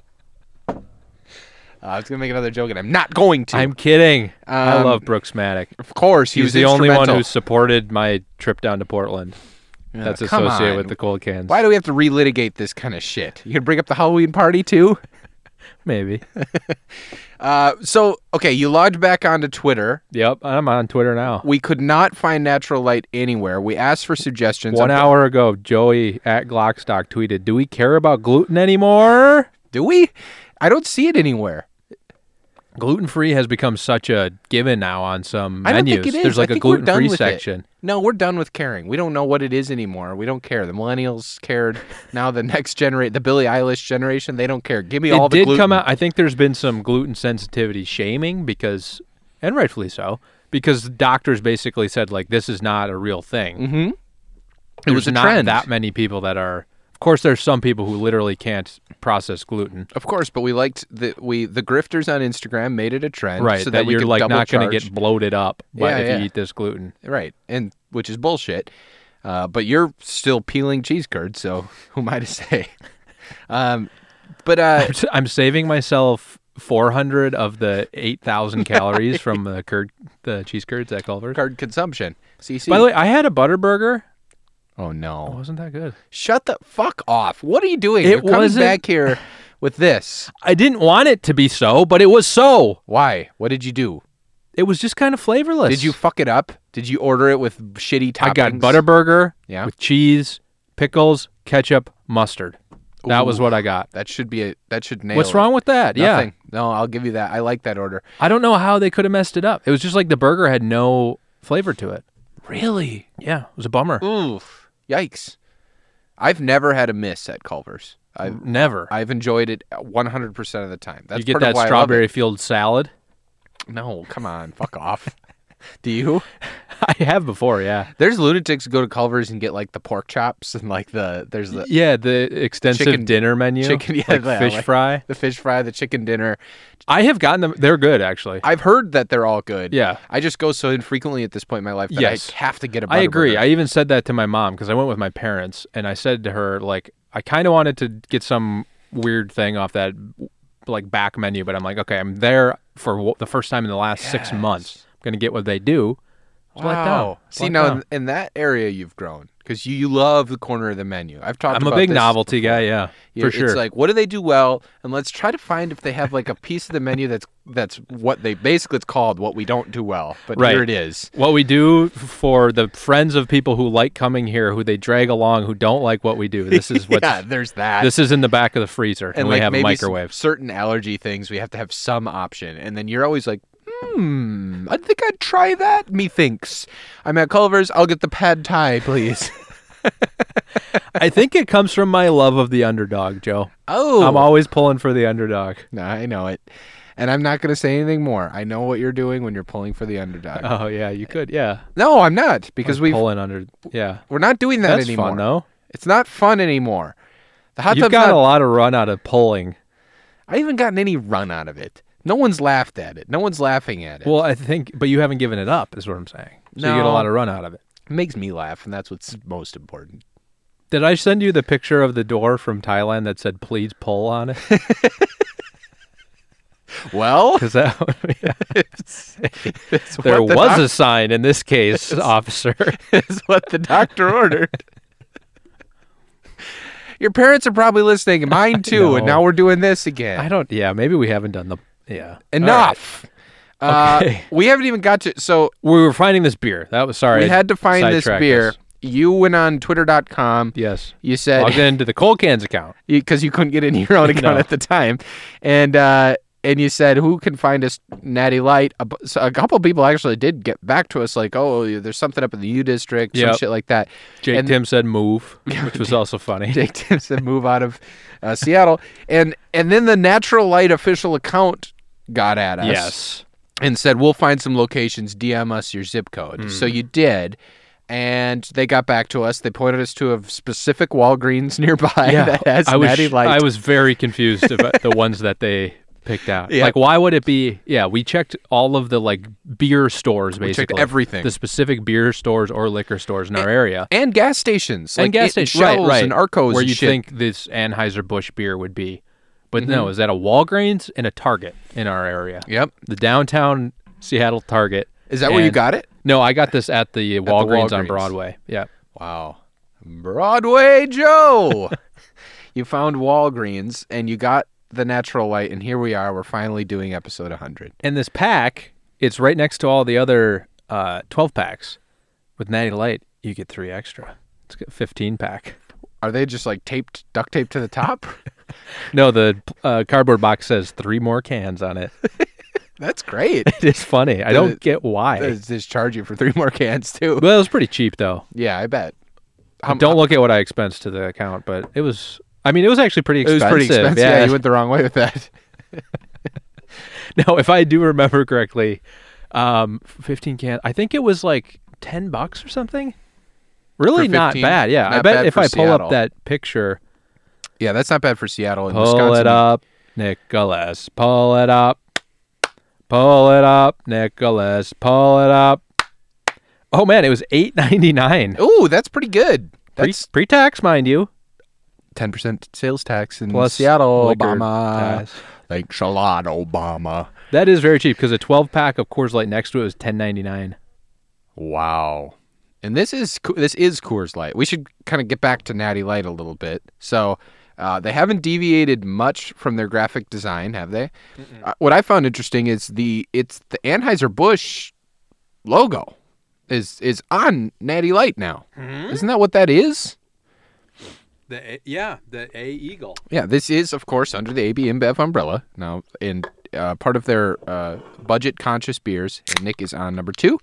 Speaker 1: Uh, I was gonna make another joke, and I'm not going to.
Speaker 2: I'm kidding. I
Speaker 1: Um,
Speaker 2: love Brooks Maddock.
Speaker 1: of course, he
Speaker 2: He's
Speaker 1: was
Speaker 2: the only one
Speaker 1: instrumental. Oh,
Speaker 2: who supported my trip down to Portland. That's
Speaker 1: come
Speaker 2: associated
Speaker 1: on.
Speaker 2: with the cold cans.
Speaker 1: Why do we have to relitigate this kind of shit? You can bring up the Halloween party too.
Speaker 2: Maybe.
Speaker 1: Uh, so okay, you logged back onto Twitter.
Speaker 2: yep. I'm on Twitter now.
Speaker 1: We could not find natural light anywhere. We asked for suggestions.
Speaker 2: One hour ago, Joey at Glockstock tweeted, "Do we care about gluten anymore?
Speaker 1: Do we? I don't see it anywhere.
Speaker 2: Gluten free has become such a given now on some
Speaker 1: I don't
Speaker 2: menus.
Speaker 1: think it is.
Speaker 2: There's
Speaker 1: I
Speaker 2: like a
Speaker 1: think we're
Speaker 2: gluten
Speaker 1: done
Speaker 2: free
Speaker 1: with it.
Speaker 2: section.
Speaker 1: No, we're done with caring. We don't know what it is anymore. We don't care. The millennials cared. Now the next generation, the Billie Eilish generation, they don't care. Give me all
Speaker 2: it
Speaker 1: the
Speaker 2: did
Speaker 1: gluten.
Speaker 2: come out. I think there's been some gluten sensitivity shaming because, and rightfully so, because doctors basically said like this is not a real thing. Mm-hmm. It
Speaker 1: was a
Speaker 2: not
Speaker 1: trend.
Speaker 2: that many people that are. Of course, there's some people who literally can't process gluten.
Speaker 1: Of course, but we liked the we the grifters on Instagram made it a trend,
Speaker 2: Right,
Speaker 1: So
Speaker 2: that,
Speaker 1: that, we
Speaker 2: you're
Speaker 1: could
Speaker 2: like
Speaker 1: double
Speaker 2: not going to
Speaker 1: charge.
Speaker 2: get bloated up, but
Speaker 1: Yeah,
Speaker 2: if
Speaker 1: yeah.
Speaker 2: you eat this gluten,
Speaker 1: right, and which is bullshit. Uh, but you're still peeling cheese curds, so who am I to say? um, but uh,
Speaker 2: I'm s- I'm saving myself 400 of the 8,000 calories from the curd, the cheese curds at Culver's.
Speaker 1: card consumption. CC.
Speaker 2: By the way, I had a butter burger.
Speaker 1: oh no.
Speaker 2: It wasn't that good.
Speaker 1: Shut the fuck off. What are you doing?
Speaker 2: It
Speaker 1: You're coming
Speaker 2: wasn't-
Speaker 1: back here with this.
Speaker 2: I didn't want it to be so, but it was so.
Speaker 1: Why? What did you do?
Speaker 2: It was just kind of flavorless.
Speaker 1: Did you fuck it up? Did you order it with shitty toppings?
Speaker 2: I got butter burger
Speaker 1: Yeah.
Speaker 2: with cheese, pickles, ketchup, mustard. That was
Speaker 1: Ooh.
Speaker 2: what I got.
Speaker 1: That should be a that should nail
Speaker 2: What's
Speaker 1: it.
Speaker 2: wrong with that?
Speaker 1: Nothing.
Speaker 2: Yeah.
Speaker 1: No, I'll give you that. I like that order.
Speaker 2: I don't know how they could have messed it up. It was just like the burger had no flavor to it.
Speaker 1: Really?
Speaker 2: Yeah, it was a bummer.
Speaker 1: Oof. Yikes. I've never had a miss at Culver's. I've
Speaker 2: Never.
Speaker 1: I've enjoyed it 100% of the time. That's
Speaker 2: you get
Speaker 1: part of
Speaker 2: that
Speaker 1: why
Speaker 2: strawberry field
Speaker 1: I love
Speaker 2: salad.
Speaker 1: it. No, come on, fuck off. Do you?
Speaker 2: I have before, yeah.
Speaker 1: There's lunatics who go to Culver's and get like the pork chops and like the there's the
Speaker 2: Yeah, the extensive
Speaker 1: Chicken-
Speaker 2: dinner menu.
Speaker 1: chicken- yeah,
Speaker 2: like
Speaker 1: yeah,
Speaker 2: fish
Speaker 1: like-
Speaker 2: fry.
Speaker 1: the fish fry, the chicken dinner.
Speaker 2: I have gotten them. They're good, actually.
Speaker 1: I've heard that they're all good.
Speaker 2: Yeah.
Speaker 1: I just go so infrequently at this point in my life that
Speaker 2: Yes.
Speaker 1: I have to get a
Speaker 2: I agree.
Speaker 1: Butterburger.
Speaker 2: I even said that to my mom because I went with my parents and I said to her, like, I kind of wanted to get some weird thing off that, like, back menu, but I'm like, okay, I'm there for w- the first time in the last six months. I'm going to get what they do. I was let down.
Speaker 1: Wow. See
Speaker 2: Let
Speaker 1: now
Speaker 2: down.
Speaker 1: in, in that area you've grown because you, you love the corner of the menu. I've talked.
Speaker 2: I'm a
Speaker 1: about
Speaker 2: big
Speaker 1: this
Speaker 2: novelty
Speaker 1: before.
Speaker 2: guy, yeah,
Speaker 1: You-
Speaker 2: for sure.
Speaker 1: It's like what do they do well, and let's try to find if they have like a piece of the menu that's that's what they basically it's called what we don't do well. But
Speaker 2: Right.
Speaker 1: here it is.
Speaker 2: what we do f- for the friends of people who like coming here, who they drag along, who don't like what we do. This is what
Speaker 1: yeah, there's that.
Speaker 2: this is in the back of the freezer, and,
Speaker 1: and
Speaker 2: we
Speaker 1: like
Speaker 2: have
Speaker 1: maybe s-
Speaker 2: microwaves.
Speaker 1: certain allergy things we have to have some option, and then you're always like. Hmm, I think I'd try that, methinks. I'm at Culver's. I'll get the pad thai, please.
Speaker 2: I think it comes from my love of the underdog, Joe.
Speaker 1: oh,
Speaker 2: I'm always pulling for the underdog.
Speaker 1: No, I know it. And I'm not going to say anything more. I know what you're doing when you're pulling for the underdog.
Speaker 2: Oh yeah, you could. Yeah,
Speaker 1: no, I'm not because we
Speaker 2: pulling under. Yeah,
Speaker 1: we're not doing that
Speaker 2: that's
Speaker 1: anymore.
Speaker 2: fun though.
Speaker 1: It's not fun anymore. The hot
Speaker 2: You've
Speaker 1: tub's
Speaker 2: got
Speaker 1: not,
Speaker 2: a lot of run out of pulling.
Speaker 1: I haven't gotten any run out of it. No one's laughed at it. No one's laughing at it.
Speaker 2: Well, I think, but you haven't given it up, is what I'm saying. So you get a
Speaker 1: No.
Speaker 2: lot of run out of it.
Speaker 1: it makes me laugh, and that's what's most important.
Speaker 2: Did I send you the picture of the door from Thailand that said "Please pull" on it?
Speaker 1: Well,
Speaker 2: Because that would be-
Speaker 1: it's
Speaker 2: there
Speaker 1: what the
Speaker 2: was
Speaker 1: doc-
Speaker 2: a sign in this case, officer.
Speaker 1: is what the doctor ordered. Your parents are probably listening, and mine too. And
Speaker 2: No.
Speaker 1: now we're doing this again.
Speaker 2: I don't. Yeah, maybe we haven't done the. Yeah,
Speaker 1: Enough.
Speaker 2: Okay.
Speaker 1: Uh, we haven't even got to. So
Speaker 2: All right. We were finding this beer. That was sorry.
Speaker 1: we
Speaker 2: I
Speaker 1: had to find this
Speaker 2: sidetracked
Speaker 1: beer.
Speaker 2: us.
Speaker 1: You went on Twitter.com.
Speaker 2: Yes.
Speaker 1: You
Speaker 2: Logged
Speaker 1: said
Speaker 2: into the cold cans account.
Speaker 1: because you couldn't get in your own account
Speaker 2: No.
Speaker 1: at the time, and uh, and you said who can find us Natty Light. A, bu- so a couple people actually did get back to us like, oh, there's something up in the U District, some
Speaker 2: Yep.
Speaker 1: shit like that.
Speaker 2: Jake
Speaker 1: And-
Speaker 2: Tim said move, which was also funny.
Speaker 1: Jake Tim said move out of uh, Seattle, and and then the Natural Light official account got at us.
Speaker 2: Yes.
Speaker 1: and said, "We'll find some locations. DM us your zip code."
Speaker 2: Hmm.
Speaker 1: So you did, and they got back to us. They pointed us to a specific Walgreens nearby that has
Speaker 2: I was,
Speaker 1: Natty
Speaker 2: sh-
Speaker 1: Light.
Speaker 2: I was very confused about the ones that they picked out.
Speaker 1: Yeah.
Speaker 2: Like, why would it be? Yeah, we checked all of the like beer stores, basically.
Speaker 1: everything.
Speaker 2: The specific beer stores or liquor stores in our area.
Speaker 1: and gas stations,
Speaker 2: and
Speaker 1: like
Speaker 2: gas
Speaker 1: it- and
Speaker 2: station, right,
Speaker 1: Shells
Speaker 2: right,
Speaker 1: and Arcos,
Speaker 2: where
Speaker 1: and
Speaker 2: you
Speaker 1: shit.
Speaker 2: think this Anheuser Busch beer would be, but
Speaker 1: Mm-hmm.
Speaker 2: no, is that a Walgreens and a Target in our area?
Speaker 1: Yep.
Speaker 2: the downtown Seattle Target.
Speaker 1: Is that where you
Speaker 2: And-
Speaker 1: got it?
Speaker 2: No, I got this at the Walgreens, on
Speaker 1: Walgreens.
Speaker 2: Broadway. Yeah,
Speaker 1: Wow, Broadway Joe, you found Walgreens and you got the Natural Light, and here we are. We're finally doing episode 100.
Speaker 2: and this pack, it's right next to all the other uh, twelve packs. With Natty Light, you get three extra. It's a fifteen pack.
Speaker 1: Are they just like taped, duct taped to the top?
Speaker 2: No, the uh, cardboard box says three more cans on it.
Speaker 1: That's great.
Speaker 2: It's funny. I don't get why.
Speaker 1: They just charge you for three more cans too.
Speaker 2: well, it was pretty cheap though.
Speaker 1: Yeah, I bet.
Speaker 2: I don't look at what I expensed to the account, but it was. I mean, it was actually pretty
Speaker 1: It was
Speaker 2: expensive.
Speaker 1: pretty expensive. Yeah.
Speaker 2: Yeah.
Speaker 1: you went the wrong way with that.
Speaker 2: no, if I do remember correctly, um, fifteen can. I think it was like ten bucks or something. Really
Speaker 1: For
Speaker 2: not
Speaker 1: 15?
Speaker 2: bad. Yeah, I
Speaker 1: Not
Speaker 2: bet
Speaker 1: bad
Speaker 2: if
Speaker 1: for
Speaker 2: I pull
Speaker 1: Seattle.
Speaker 2: up that picture,
Speaker 1: Yeah, that's not bad for Seattle and
Speaker 2: pull
Speaker 1: Wisconsin.
Speaker 2: it up, Nicholas. Pull it up. Pull it up, Nicholas. Pull it up. Oh man, it was eight ninety nine.
Speaker 1: Ooh, that's pretty good.
Speaker 2: Pre
Speaker 1: That's
Speaker 2: pre tax, mind you.
Speaker 1: ten percent sales tax in
Speaker 2: Plus
Speaker 1: Seattle,
Speaker 2: liquor
Speaker 1: Obama.
Speaker 2: tax.
Speaker 1: Like Shalad Obama.
Speaker 2: That is very cheap because a 12 pack of Coors Light next to it was 10.99.
Speaker 1: Wow. And this is Co- this is Coors Light. We should kind of get back to Natty Light a little bit. So uh, they haven't deviated much from their graphic design, have they? Uh, what I found interesting is the it's the Anheuser Busch logo is is on Natty Light now. Isn't that what that is?
Speaker 2: The yeah, the A Eagle.
Speaker 1: Yeah, this is, of course, under the AB InBev umbrella now, and uh, part of their uh, budget-conscious beers. And Nick is on number two.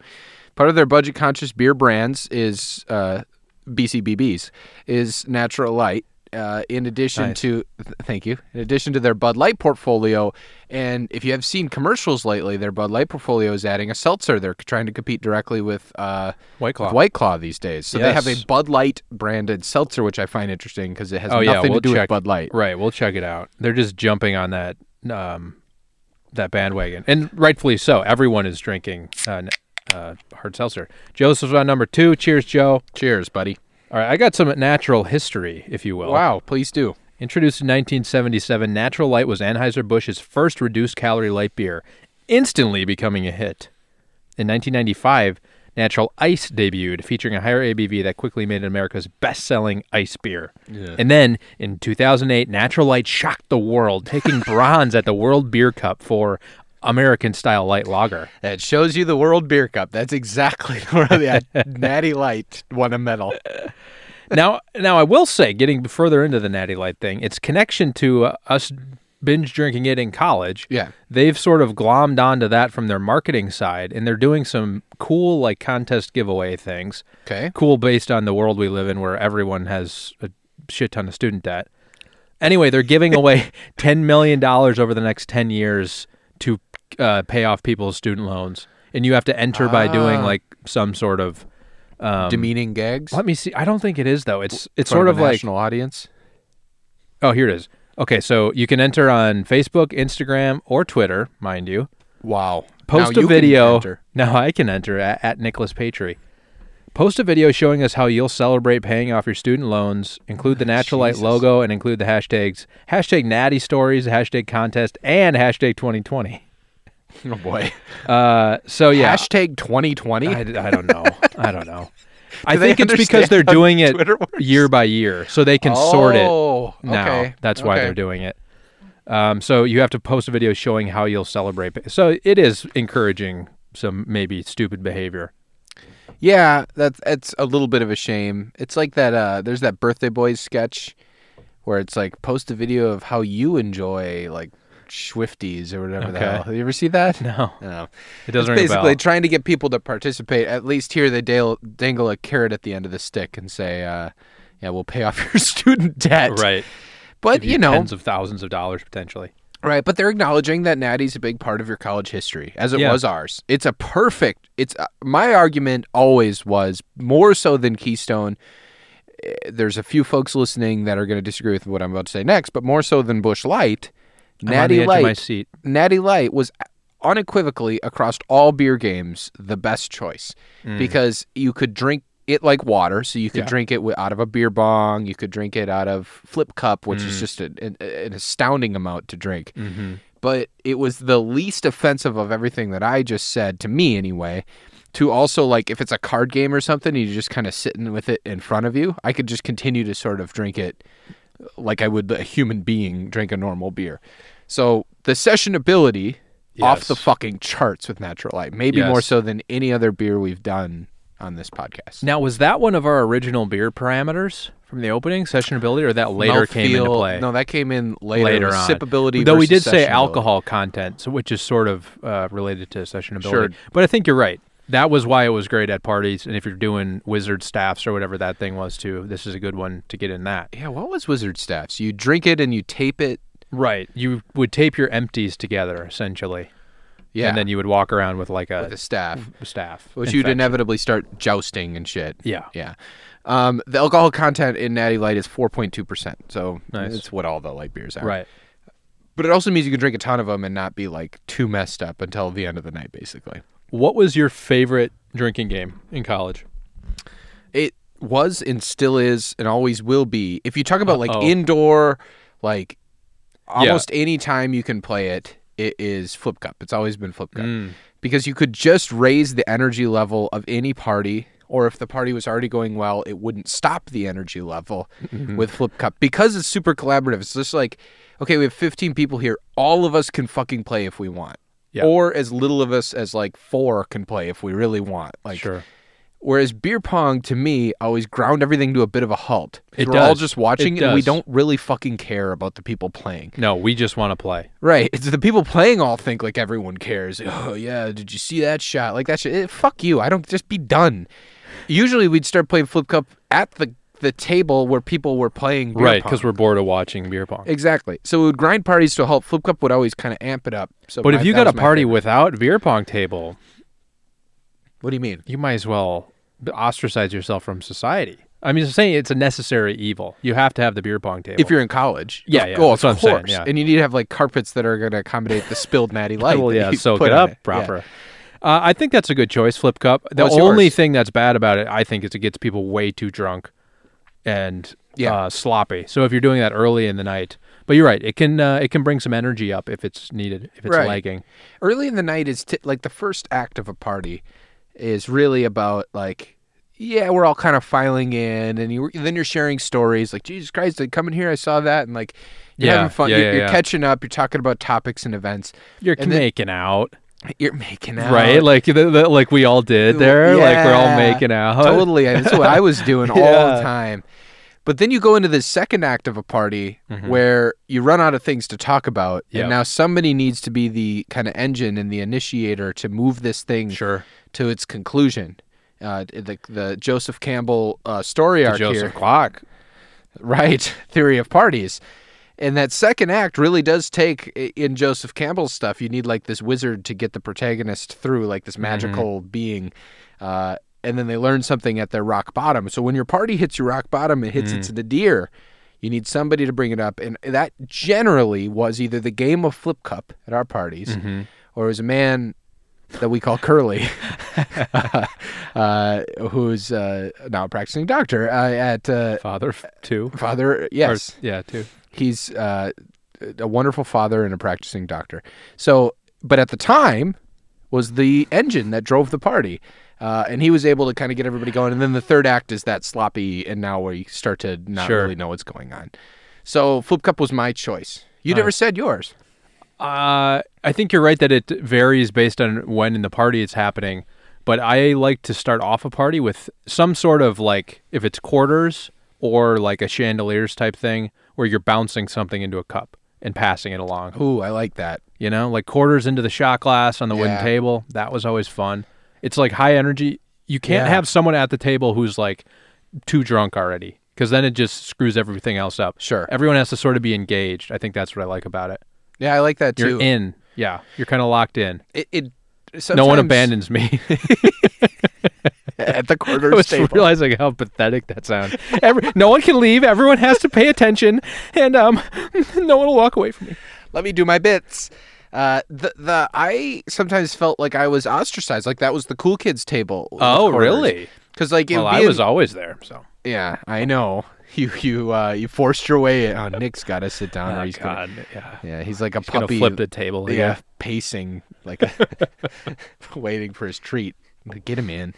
Speaker 1: Part of their budget-conscious beer brands is uh, BCBBs is Natural Light. Uh, in addition
Speaker 2: Nice.
Speaker 1: to, th- thank you. In addition to their Bud Light portfolio, and if you have seen commercials lately, their Bud Light portfolio is adding a seltzer. They're trying to compete directly with uh,
Speaker 2: White Claw.
Speaker 1: White Claw these days. So they have
Speaker 2: Yes.
Speaker 1: a Bud Light branded seltzer, which I find interesting because it has
Speaker 2: Oh,
Speaker 1: nothing
Speaker 2: yeah, we'll
Speaker 1: to do
Speaker 2: check.
Speaker 1: with Bud Light.
Speaker 2: Right, we'll check it out. They're just jumping on that um, that bandwagon, and rightfully so. Everyone is drinking uh, n- uh, hard seltzer. Joseph's on number two. Cheers, Joe.
Speaker 1: Cheers, buddy.
Speaker 2: All right, I got some natural history, if you will.
Speaker 1: Wow, please do.
Speaker 2: Introduced in 1977, Natural Light was Anheuser-Busch's first reduced-calorie light beer, instantly becoming a hit. In 1995, Natural Ice debuted, featuring a higher ABV that quickly made it America's best-selling ice beer. And then in 2008, Natural Light shocked the world, taking bronze at the World Beer Cup for American-style light lager.
Speaker 1: That shows you the World Beer Cup. That's exactly where the Natty Light won a medal.
Speaker 2: now, now I will say, getting further into the Natty Light thing, its connection to uh, us binge drinking it in college.
Speaker 1: Yeah.
Speaker 2: they've sort of glommed onto that from their marketing side, and they're doing some cool like contest giveaway things.
Speaker 1: Okay.
Speaker 2: Cool, based on the world we live in, where everyone has a shit ton of student debt. Anyway, they're giving away ten million dollars over the next ten years to uh, pay off people's student loans, and you have to enter by doing
Speaker 1: Ah.
Speaker 2: like some sort of. Um,
Speaker 1: Demeaning gags.
Speaker 2: let me see. I don't think it is though. It's it's
Speaker 1: Front
Speaker 2: sort of
Speaker 1: a
Speaker 2: like
Speaker 1: national audience.
Speaker 2: oh here it is. Okay, so you can enter on Facebook, Instagram, or Twitter, mind you.
Speaker 1: Wow.
Speaker 2: Post
Speaker 1: Now
Speaker 2: a
Speaker 1: you can
Speaker 2: video.
Speaker 1: enter.
Speaker 2: Now I can enter at, at Nicholas Patry. Post a video showing us how you'll celebrate paying off your student loans. Include the Natural Light
Speaker 1: Jesus.
Speaker 2: logo and include the hashtags hashtag Natty Stories, hashtag Contest, and hashtag 2020.
Speaker 1: Oh boy.
Speaker 2: Uh, so yeah,
Speaker 1: Hashtag 2020.
Speaker 2: I, I don't know. I don't know. I
Speaker 1: Do they
Speaker 2: think it's because they're
Speaker 1: understand how
Speaker 2: doing it
Speaker 1: Twitter works?
Speaker 2: year by year, so they can sort it
Speaker 1: Oh,
Speaker 2: now.
Speaker 1: okay.
Speaker 2: That's why
Speaker 1: Okay.
Speaker 2: they're doing it. Um, so you have to post a video showing how you'll celebrate. So it is encouraging some maybe stupid behavior.
Speaker 1: Yeah, that's it's a little bit of a shame. It's like that uh there's that birthday boys sketch where it's like post a video of how you enjoy like Swifties or whatever the
Speaker 2: Okay.
Speaker 1: hell. Have you ever see that? Oh.
Speaker 2: No,
Speaker 1: No.
Speaker 2: it doesn't
Speaker 1: it's
Speaker 2: ring a bell.
Speaker 1: basically trying to get people to participate. At least here they dale, dangle a carrot at the end of the stick and say, uh, yeah, we'll pay off your student debt.
Speaker 2: right.
Speaker 1: But
Speaker 2: Give you
Speaker 1: you know,
Speaker 2: tens of thousands of dollars potentially.
Speaker 1: Right, but they're acknowledging that Natty's a big part of your college history, as it
Speaker 2: Yeah.
Speaker 1: was ours. It's a perfect. It's uh, my argument always was more so than Keystone. eh, There's a few folks listening that are going to disagree with what I'm about to say next, but more so than Bush Light,
Speaker 2: I'm on the
Speaker 1: Natty
Speaker 2: edge
Speaker 1: Light,
Speaker 2: of my seat.
Speaker 1: Natty Light was unequivocally across all beer games the best choice because you could drink it like water, so you could
Speaker 2: Mm. Yeah.
Speaker 1: drink it wi- out of a beer bong, you could drink it out of flip cup, which is just a, an, an astounding amount to drink
Speaker 2: Mm-hmm.
Speaker 1: but it was the least offensive of everything that I just said to me anyway. To also like if it's a card game or something, and you're just kind of sitting with it in front of you. I could just continue to sort of drink it uh, like I would a human being drink a normal beer. So the sessionability off
Speaker 2: Yes.
Speaker 1: the fucking charts with Natural Light, maybe more
Speaker 2: Yes.
Speaker 1: so than any other beer we've done on this podcast.
Speaker 2: Now, was that one of our original beer parameters from the opening sessionability, or that later came into
Speaker 1: Mouthfeel-
Speaker 2: play?
Speaker 1: No, that came in later.
Speaker 2: later
Speaker 1: It was
Speaker 2: on.
Speaker 1: sippability.
Speaker 2: Though we did
Speaker 1: versus
Speaker 2: say
Speaker 1: sessionability.
Speaker 2: alcohol content, so which is sort of uh, related to sessionability.
Speaker 1: Sure.
Speaker 2: But I think you're right. That was why it was great at parties, and if you're doing wizard staffs or whatever that thing was too, this is a good one to get in that.
Speaker 1: Yeah, what was Wizard Staffs? You drink it and you tape it.
Speaker 2: Right. You would tape your empties together essentially,
Speaker 1: Yeah,
Speaker 2: and then you would walk around with like a
Speaker 1: the staff,
Speaker 2: staff.
Speaker 1: which
Speaker 2: In
Speaker 1: you'd
Speaker 2: fact-
Speaker 1: inevitably start jousting and shit.
Speaker 2: Yeah.
Speaker 1: Yeah. Um, the alcohol content in Natty Light is 4.2%. So
Speaker 2: Nice.
Speaker 1: that's what all the light beers are.
Speaker 2: Right.
Speaker 1: But it also means you can drink a ton of them and not be like too messed up until the end of the night, basically.
Speaker 2: What was your favorite drinking game in college?
Speaker 1: It was and still is and always will be. If you talk about like
Speaker 2: Uh-oh.
Speaker 1: indoor, like almost any time you can play it, it is flip cup. It's always been flip cup.
Speaker 2: Mm.
Speaker 1: because you could just raise the energy level of any party or if the party was already going well it wouldn't stop the energy level
Speaker 2: Mm-hmm.
Speaker 1: with flip cup because it's super collaborative it's just like okay we have 15 people here all of us can fucking play if we want
Speaker 2: Yeah.
Speaker 1: or as little of us as like four can play if we really want like
Speaker 2: Sure.
Speaker 1: whereas beer pong to me always ground everything to a bit of a halt 'Cause
Speaker 2: It
Speaker 1: we're all
Speaker 2: does.
Speaker 1: just watching
Speaker 2: It
Speaker 1: and we
Speaker 2: does.
Speaker 1: don't really fucking care about the people playing
Speaker 2: No, we just want to play.
Speaker 1: Right. It's the people playing all think like everyone cares. Oh yeah, did you see that shot? Like that shit. eh, fuck you. I don't just be done. Usually we'd start playing flip cup at the the table where people were playing beer
Speaker 2: right,
Speaker 1: pong.
Speaker 2: because we're bored of watching beer pong.
Speaker 1: exactly. So we would grind parties to a halt. Flip cup would always kind of amp it up. So
Speaker 2: but
Speaker 1: my-
Speaker 2: if you
Speaker 1: that
Speaker 2: got a
Speaker 1: was my
Speaker 2: party
Speaker 1: favorite.
Speaker 2: without beer pong table,
Speaker 1: what do you mean?
Speaker 2: you might as well b- ostracize yourself from society. I mean, just saying it's a necessary evil. You have to have the beer pong table.
Speaker 1: If you're in college,
Speaker 2: Yeah,
Speaker 1: of,
Speaker 2: yeah,
Speaker 1: oh,
Speaker 2: that's
Speaker 1: of
Speaker 2: what I'm saying,
Speaker 1: course.
Speaker 2: yeah.
Speaker 1: And you need to have like carpets that are going to accommodate the spilled natty light.
Speaker 2: well,
Speaker 1: that
Speaker 2: yeah,
Speaker 1: you
Speaker 2: soak
Speaker 1: put
Speaker 2: it
Speaker 1: on
Speaker 2: up
Speaker 1: Yeah.
Speaker 2: proper. Uh, I think that's a good choice, Flip Cup. The
Speaker 1: Well, it's
Speaker 2: only
Speaker 1: yours.
Speaker 2: thing that's bad about it, I think, is it gets people way too drunk and
Speaker 1: Yeah.
Speaker 2: uh, sloppy. So if you're doing that early in the night, but you're right, it can uh, it can bring some energy up if it's needed, if it's
Speaker 1: Right.
Speaker 2: lagging.
Speaker 1: early in the night is t- like the first act of a party is really about like yeah we're all kind of filing in and you then you're sharing stories like jesus christ i come in here i saw that and like you're
Speaker 2: Yeah,
Speaker 1: having fun
Speaker 2: yeah,
Speaker 1: you're,
Speaker 2: yeah,
Speaker 1: you're
Speaker 2: yeah.
Speaker 1: catching up you're talking about topics and events
Speaker 2: You're
Speaker 1: And then-
Speaker 2: making out,
Speaker 1: you're making out
Speaker 2: right? Like the, the, like we all did there. Like we're all making out.
Speaker 1: totally that's what i was doing all
Speaker 2: Uh-huh. Yeah.
Speaker 1: the time but then you go into the second act of a party where you run out of things to talk about
Speaker 2: Mm-hmm. Yep.
Speaker 1: and now somebody needs to be the kind of engine and the initiator to move this thing
Speaker 2: Sure.
Speaker 1: to its conclusion. Uh, the the Joseph Campbell uh, story arc
Speaker 2: Joseph
Speaker 1: here,
Speaker 2: Clock.
Speaker 1: right? Theory of parties, and that second act really does take i- in Joseph Campbell's stuff. You need like this wizard to get the protagonist through, like
Speaker 2: Mm-hmm.
Speaker 1: this magical being, uh, and then they learn something at their rock bottom. So when your party hits your rock bottom, it
Speaker 2: Mm.
Speaker 1: hits its nadir. You need somebody to bring it up, and that generally was either the game of flip cup at our parties,
Speaker 2: Mm-hmm.
Speaker 1: or it was a man that we call Curly, uh, who's uh, now a practicing doctor uh, at uh,
Speaker 2: Father f- two.
Speaker 1: Father. Yes,
Speaker 2: Or, yeah, two.
Speaker 1: he's uh, a wonderful father and a practicing doctor. So, but at the time, was the engine that drove the party, uh, and he was able to kind of get everybody going. And then the third act is that sloppy, and now we start to not
Speaker 2: Sure.
Speaker 1: really know what's going on. So, Flip Cup was my choice. You never said yours.
Speaker 2: Uh, I think you're right that it varies based on when in the party it's happening. But I like to start off a party with some sort of like, if it's quarters or like a chandeliers type thing, where you're bouncing something into a cup and passing it along.
Speaker 1: Ooh, I like that.
Speaker 2: You know, like quarters into the shot glass on the wooden
Speaker 1: Yeah.
Speaker 2: table. That was always fun. It's like high energy. You can't
Speaker 1: Yeah.
Speaker 2: have someone at the table who's like too drunk already, because then it just screws everything else up.
Speaker 1: Sure.
Speaker 2: Everyone has to sort of be engaged. I think that's what I like about it.
Speaker 1: Yeah, I like that too.
Speaker 2: You're in. Yeah, you're kind of locked in.
Speaker 1: It, it
Speaker 2: no one
Speaker 1: sometimes-
Speaker 2: abandons me.
Speaker 1: at the
Speaker 2: I
Speaker 1: quarter
Speaker 2: was
Speaker 1: table.
Speaker 2: realizing how pathetic that sounds. Every, no one can leave. Everyone has to pay attention, and um, no one will walk away from me.
Speaker 1: Let me do my bits. Uh, the the I sometimes felt like I was ostracized, like that was the cool kids table.
Speaker 2: Oh, really?
Speaker 1: Because like it
Speaker 2: Well,
Speaker 1: would be
Speaker 2: I
Speaker 1: in-
Speaker 2: was always there. So
Speaker 1: yeah, I know. You you uh, you forced your way. in. Oh, Nick's got to sit down, or he's gonna,
Speaker 2: yeah.
Speaker 1: yeah, he's like a
Speaker 2: He's gonna
Speaker 1: puppy.
Speaker 2: flip the table.
Speaker 1: yeah,
Speaker 2: Oh, Yeah.
Speaker 1: pacing like waiting for his treat. Like, Get him in.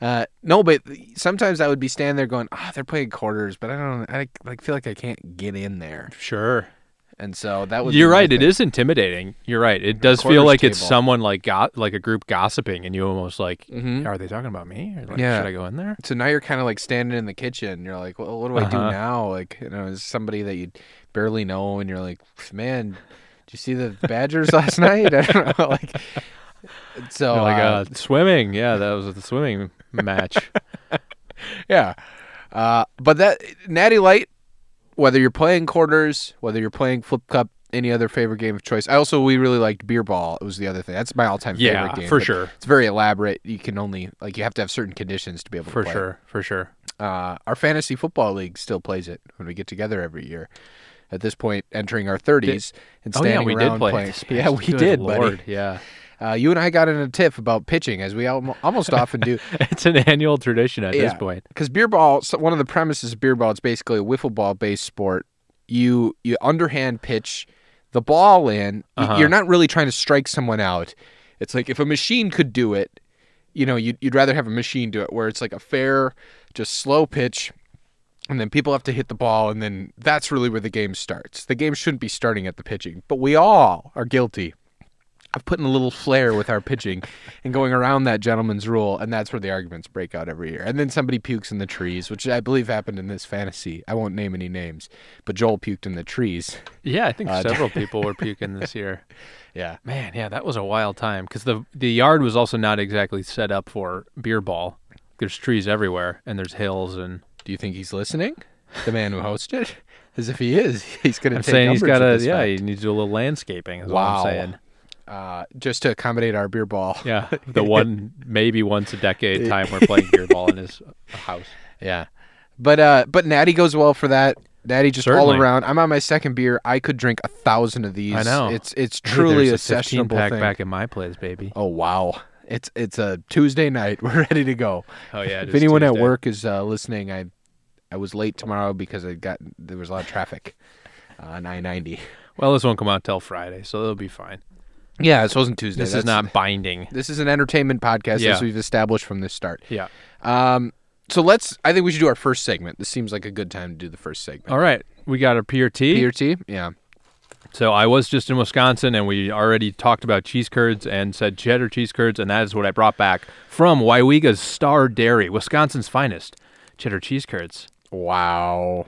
Speaker 1: Uh, no, but sometimes I would be standing there going, "Ah, they're playing quarters," but I don't. I like feel like I can't get in there,
Speaker 2: Sure.
Speaker 1: and so that was.
Speaker 2: You're right. It is intimidating. You're right. It does feel
Speaker 1: quarters
Speaker 2: like it's
Speaker 1: table.
Speaker 2: someone like got like a group gossiping, and you almost like,
Speaker 1: Mhm.
Speaker 2: are they talking about me? Or like,
Speaker 1: Yeah.
Speaker 2: Should I go in there?
Speaker 1: so now you're kind of like standing in the kitchen. You're like, well, what do I do
Speaker 2: Uh-huh.
Speaker 1: now? Like, you know, is somebody that you barely know, and you're like, man, did you see the Badgers last night? I don't know. Like, so
Speaker 2: Or like
Speaker 1: uh,
Speaker 2: uh, swimming. Yeah, that was the swimming match.
Speaker 1: yeah, uh, but that Natty Light, whether you're playing quarters, whether you're playing flip cup, any other favorite game of choice. I also we really liked beer ball. It was the other thing. That's my all-time
Speaker 2: Yeah,
Speaker 1: favorite game
Speaker 2: for
Speaker 1: but
Speaker 2: sure.
Speaker 1: It's very elaborate. You can only like you have to have certain conditions to be able to
Speaker 2: For
Speaker 1: play.
Speaker 2: sure. For sure.
Speaker 1: Uh, our fantasy football league still plays it when we get together every year. At this point, entering our 30s and
Speaker 2: Oh yeah,
Speaker 1: standing
Speaker 2: we
Speaker 1: around
Speaker 2: did play.
Speaker 1: playing.
Speaker 2: this
Speaker 1: Yeah,
Speaker 2: past-
Speaker 1: we
Speaker 2: good
Speaker 1: did,
Speaker 2: Lord,
Speaker 1: buddy.
Speaker 2: Yeah,
Speaker 1: Uh, you and I got in a tiff about pitching, as we al- almost often do.
Speaker 2: it's an annual tradition at this
Speaker 1: Yeah.
Speaker 2: point.
Speaker 1: Because beer ball, so one of the premises of beer ball, it's basically a wiffle ball based sport. You you underhand pitch the ball in. Y-
Speaker 2: Uh-huh.
Speaker 1: You're not really trying to strike someone out. It's like if a machine could do it, you know, you'd, you'd rather have a machine do it, where it's like a fair, just slow pitch, and then people have to hit the ball, and then that's really where the game starts. The game shouldn't be starting at the pitching, but we all are guilty of putting a little flair with our pitching and going around that gentleman's rule, and that's where the arguments break out every year. And then somebody pukes in the trees, which I believe happened in this fantasy. I won't name any names, but Joel puked in the trees.
Speaker 2: Yeah, I think
Speaker 1: Uh,
Speaker 2: several people were puking this year.
Speaker 1: Yeah.
Speaker 2: Man, yeah, that was a wild time because the the yard was also not exactly set up for beer ball. There's trees everywhere, and there's hills, and
Speaker 1: Do you think he's listening? The man who hosted it? As if he is, he's going to
Speaker 2: I'm
Speaker 1: take
Speaker 2: saying he's
Speaker 1: umbrage
Speaker 2: got to,
Speaker 1: with this
Speaker 2: yeah,
Speaker 1: fact.
Speaker 2: he needs to do a little landscaping. Is
Speaker 1: Wow.
Speaker 2: what I'm saying.
Speaker 1: uh, just to accommodate our beer ball.
Speaker 2: Yeah, the one maybe once a decade time we're playing beer ball in his house.
Speaker 1: Yeah. But uh but Natty goes well for that. Natty just
Speaker 2: Certainly.
Speaker 1: all around. I'm on my second beer. I could drink a thousand of these.
Speaker 2: I know.
Speaker 1: It's it's truly
Speaker 2: Hey,
Speaker 1: a
Speaker 2: there's 15
Speaker 1: sessionable
Speaker 2: pack
Speaker 1: thing.
Speaker 2: back in my place, baby.
Speaker 1: Oh wow. It's it's a Tuesday night. We're ready to go.
Speaker 2: Oh yeah. it
Speaker 1: if
Speaker 2: is
Speaker 1: anyone at
Speaker 2: Tuesday.
Speaker 1: work is uh, listening, I I was late tomorrow because I got there was a lot of traffic uh, on I ninety.
Speaker 2: Well, this won't come out till Friday, so they'll be fine.
Speaker 1: Yeah, this wasn't Tuesday.
Speaker 2: This is
Speaker 1: That's-
Speaker 2: not binding.
Speaker 1: this is an entertainment podcast
Speaker 2: Yeah.
Speaker 1: as we've established from the start.
Speaker 2: Yeah.
Speaker 1: Um so let's I think we should do our first segment. This seems like a good time to do the first segment.
Speaker 2: All right, we got our PRT.
Speaker 1: PRT? Oh, Yeah.
Speaker 2: So I was just in Wisconsin, and we already talked about cheese curds and said cheddar cheese curds, and that is what I brought back from Waiwega's Star Dairy, Wisconsin's finest cheddar cheese curds.
Speaker 1: Wow.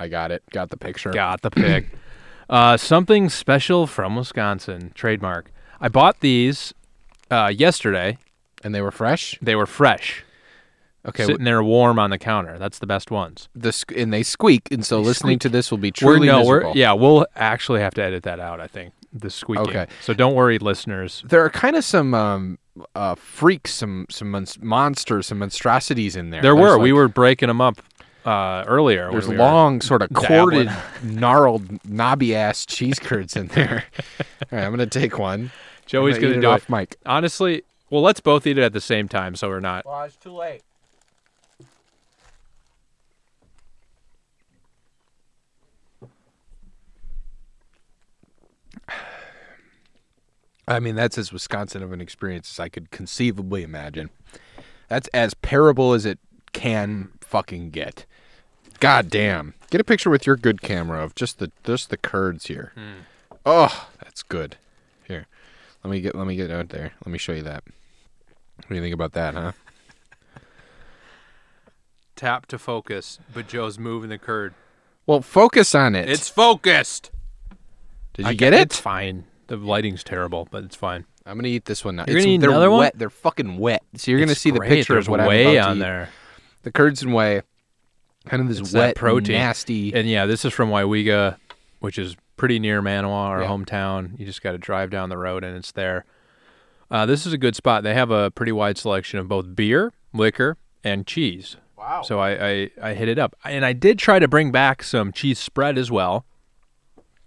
Speaker 1: I got it. Got the picture.
Speaker 2: Got the pick. uh, something special from Wisconsin, trademark. I bought these uh, yesterday.
Speaker 1: And they were fresh.
Speaker 2: They were fresh,
Speaker 1: Okay.
Speaker 2: sitting there warm on the counter. That's the best ones.
Speaker 1: The squ- and they squeak, and so listening to this will be truly
Speaker 2: we're, no,
Speaker 1: miserable.
Speaker 2: we're yeah. We'll actually have to edit that out. I think the squeaking.
Speaker 1: Okay.
Speaker 2: So don't worry, listeners.
Speaker 1: There are kind of some um, uh, freaks, some some mons- monsters, some monstrosities in there.
Speaker 2: There
Speaker 1: There's
Speaker 2: were. we
Speaker 1: like-
Speaker 2: were breaking them up uh, earlier.
Speaker 1: There's
Speaker 2: when we were-
Speaker 1: long, sort of
Speaker 2: dabbling.
Speaker 1: corded, gnarled, knobby ass cheese curds in there. All right, I'm gonna take one.
Speaker 2: Joey's
Speaker 1: I'm
Speaker 2: gonna
Speaker 1: eat
Speaker 2: do
Speaker 1: it off
Speaker 2: it.
Speaker 1: mic.
Speaker 2: Honestly, well, let's both eat it at the same time, so we're not.
Speaker 5: Well, it's too late.
Speaker 1: I mean, that's as Wisconsin of an experience as I could conceivably imagine. That's as parable as it can fucking get. God damn. Get a picture with your good camera of just the just the curds here.
Speaker 2: Hmm.
Speaker 1: Oh, that's good. Here. Let me get let me get out there. Let me show you that. What do you think about that, huh?
Speaker 2: Tap to focus, but Joe's moving the curd.
Speaker 1: Well, focus on it.
Speaker 2: focused.
Speaker 1: Did you get it?
Speaker 2: It's fine. The lighting's terrible, but it's fine.
Speaker 1: I'm gonna eat this one now.
Speaker 2: You're
Speaker 1: It's-
Speaker 2: gonna eat
Speaker 1: they're
Speaker 2: another one?
Speaker 1: wet. They're fucking wet. So you're gonna
Speaker 2: It's
Speaker 1: see
Speaker 2: great.
Speaker 1: the picture
Speaker 2: There's
Speaker 1: of what
Speaker 2: whey
Speaker 1: I'm about to
Speaker 2: on
Speaker 1: eat.
Speaker 2: there,
Speaker 1: The curds and whey, kind of this
Speaker 2: It's that
Speaker 1: wet,
Speaker 2: protein.
Speaker 1: nasty.
Speaker 2: and yeah, this is from Waiwega, which is pretty near Manawa, our
Speaker 1: Yeah.
Speaker 2: hometown. You just got to drive down the road, and it's there. Uh, this is a good spot. They have a pretty wide selection of both beer, liquor, and cheese.
Speaker 5: Wow.
Speaker 2: So I, I, I hit it up. And I did try to bring back some cheese spread as well.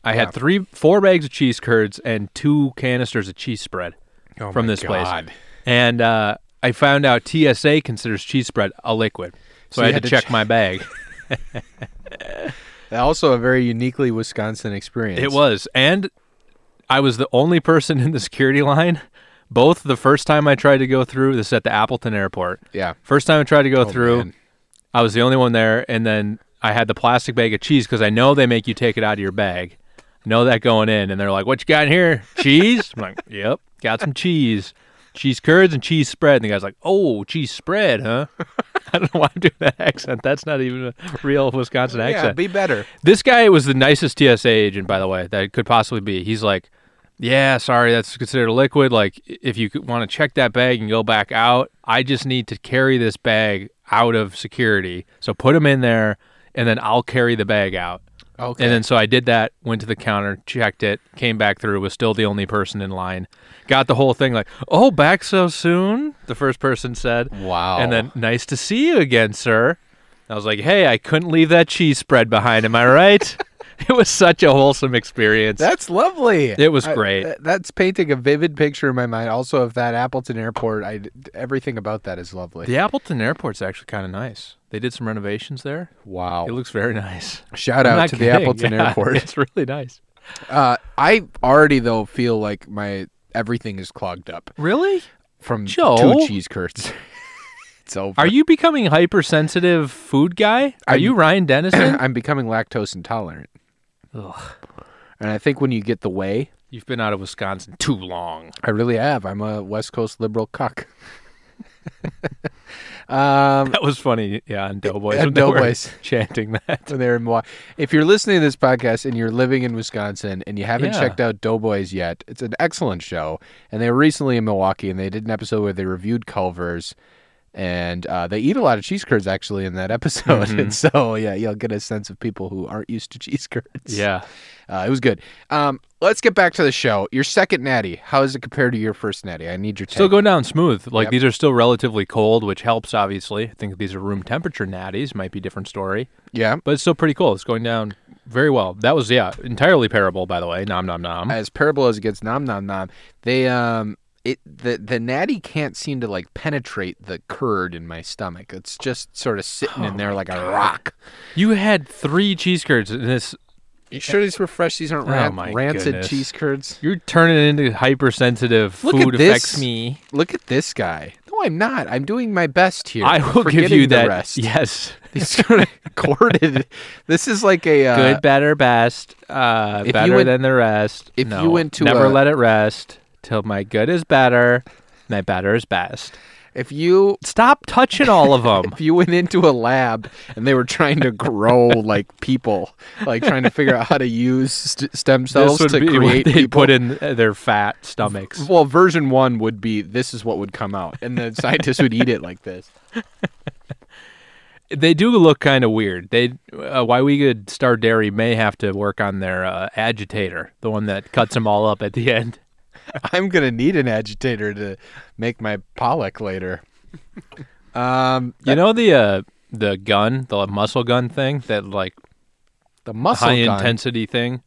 Speaker 2: I had three, four bags of cheese curds and two canisters of cheese spread
Speaker 1: Oh
Speaker 2: from
Speaker 1: my
Speaker 2: this
Speaker 1: God.
Speaker 2: place. And uh, I found out TSA considers cheese spread a liquid. So,
Speaker 1: So
Speaker 2: I
Speaker 1: you
Speaker 2: had, to check my bag.
Speaker 1: Also, a very uniquely Wisconsin experience.
Speaker 2: it was. And I was the only person in the security line, both the first time I tried to go through, this is at the Appleton airport.
Speaker 1: Yeah. Oh,
Speaker 2: First time I tried to go through,
Speaker 1: man.
Speaker 2: I was the only one there, and then I had the plastic bag of cheese because I know they make you take it out of your bag. I know that going in, and they're like, "What you got in here? Cheese?" I'm like, "Yep, got some cheese, cheese curds, and cheese spread." And the guy's like, "Oh, cheese spread, huh?" I don't know why I'm doing that accent. That's not even a real Wisconsin accent.
Speaker 1: Yeah, be better.
Speaker 2: This guy was the nicest TSA agent, by the way, that could possibly be. He's like, yeah, sorry, that's considered a liquid. Like, if you want to check that bag and go back out, I just need to carry this bag out of security. So put him in there, and then I'll carry the bag out.
Speaker 1: Okay.
Speaker 2: And then so I did that, went to the counter, checked it, came back through, was still the only person in line. Got the whole thing like, oh, back so soon? The first person said.
Speaker 1: Wow.
Speaker 2: And then, nice to see you again, sir. I was like, hey, I couldn't leave that cheese spread behind. Am I right? it was such a wholesome experience.
Speaker 1: that's lovely.
Speaker 2: It was
Speaker 1: I-
Speaker 2: great.
Speaker 1: th- that's painting a vivid picture in my mind. Also, of that Appleton Airport, I everything about that is lovely.
Speaker 2: the Appleton Airport's actually kind of nice. They did some renovations there.
Speaker 1: Wow.
Speaker 2: It looks very nice.
Speaker 1: Shout
Speaker 2: I'm
Speaker 1: out
Speaker 2: not
Speaker 1: to the
Speaker 2: kidding.
Speaker 1: Appleton
Speaker 2: Yeah,
Speaker 1: Airport.
Speaker 2: It's really nice.
Speaker 1: Uh, I already though feel like my everything is clogged up
Speaker 2: Really?
Speaker 1: from
Speaker 2: Joe?
Speaker 1: two cheese curds. it's over.
Speaker 2: Are you becoming hypersensitive food guy? Are
Speaker 1: I'm-
Speaker 2: you Ryan Dennison?
Speaker 1: I'm becoming lactose intolerant,
Speaker 2: Ugh.
Speaker 1: and I think when you get the way,
Speaker 2: You've been out of Wisconsin too long.
Speaker 1: I really have. I'm a West Coast liberal cuck. um,
Speaker 2: That was funny. Yeah, on Doughboys.
Speaker 1: Yeah,
Speaker 2: when they were
Speaker 1: Doughboys.
Speaker 2: chanting that.
Speaker 1: when they're in Milwaukee. If you're listening to this podcast and you're living in Wisconsin and you haven't
Speaker 2: Yeah.
Speaker 1: checked out Doughboys yet, it's an excellent show. And they were recently in Milwaukee and they did an episode where they reviewed Culver's. and uh, they eat a lot of cheese curds actually in that episode.
Speaker 2: Mm-hmm.
Speaker 1: And so yeah, you'll get a sense of people who aren't used to cheese curds.
Speaker 2: Yeah.
Speaker 1: uh, it was good. Um, let's get back to the show. Your second natty, how does it compare to your first natty? I need your take.
Speaker 2: Still going down smooth. Like these are still relatively cold, which helps obviously. I think these are room temperature natties, might be a different story.
Speaker 1: yeah,
Speaker 2: But it's still pretty cool. It's going down very well. That was yeah, entirely parable by the way. Nom nom nom.
Speaker 1: as parable as it gets, nom nom nom. They um. It, the the natty can't seem to like penetrate the curd in my stomach. It's just sort of sitting
Speaker 2: Oh
Speaker 1: in there like a rock.
Speaker 2: You had three cheese curds in this
Speaker 1: You sure these were fresh? These aren't
Speaker 2: Oh
Speaker 1: ran-
Speaker 2: my
Speaker 1: rancid
Speaker 2: goodness.
Speaker 1: cheese curds.
Speaker 2: you're turning into hypersensitive
Speaker 1: Look at
Speaker 2: food
Speaker 1: this.
Speaker 2: affects me.
Speaker 1: Look at this guy. No, I'm not. I'm doing my best here.
Speaker 2: I will give
Speaker 1: Forgetting
Speaker 2: you that
Speaker 1: The rest.
Speaker 2: yes.
Speaker 1: These sort of corded. This is like a uh,
Speaker 2: Good, better, best, uh,
Speaker 1: if you
Speaker 2: better
Speaker 1: went-
Speaker 2: than the rest.
Speaker 1: if you
Speaker 2: No,
Speaker 1: went to
Speaker 2: never
Speaker 1: a-
Speaker 2: let it rest till my good is better, my better is best.
Speaker 1: If you
Speaker 2: Stop touching all of them.
Speaker 1: if you went into a lab and they were trying to grow like people, like trying to figure out how to use st- stem cells
Speaker 2: this would
Speaker 1: to
Speaker 2: be
Speaker 1: create
Speaker 2: what they
Speaker 1: people.
Speaker 2: put in their fat stomachs.
Speaker 1: well, version one would be this is what would come out, and the scientists would eat it like this.
Speaker 2: They do look kind of weird. They uh, why we good Star Dairy may have to work on their uh, agitator, the one that cuts them all up at the end.
Speaker 1: I'm gonna need an agitator to make my pollock later. Um,
Speaker 2: You know the uh, the gun, the muscle gun thing, that like
Speaker 1: the muscle
Speaker 2: high
Speaker 1: gun.
Speaker 2: intensity thing.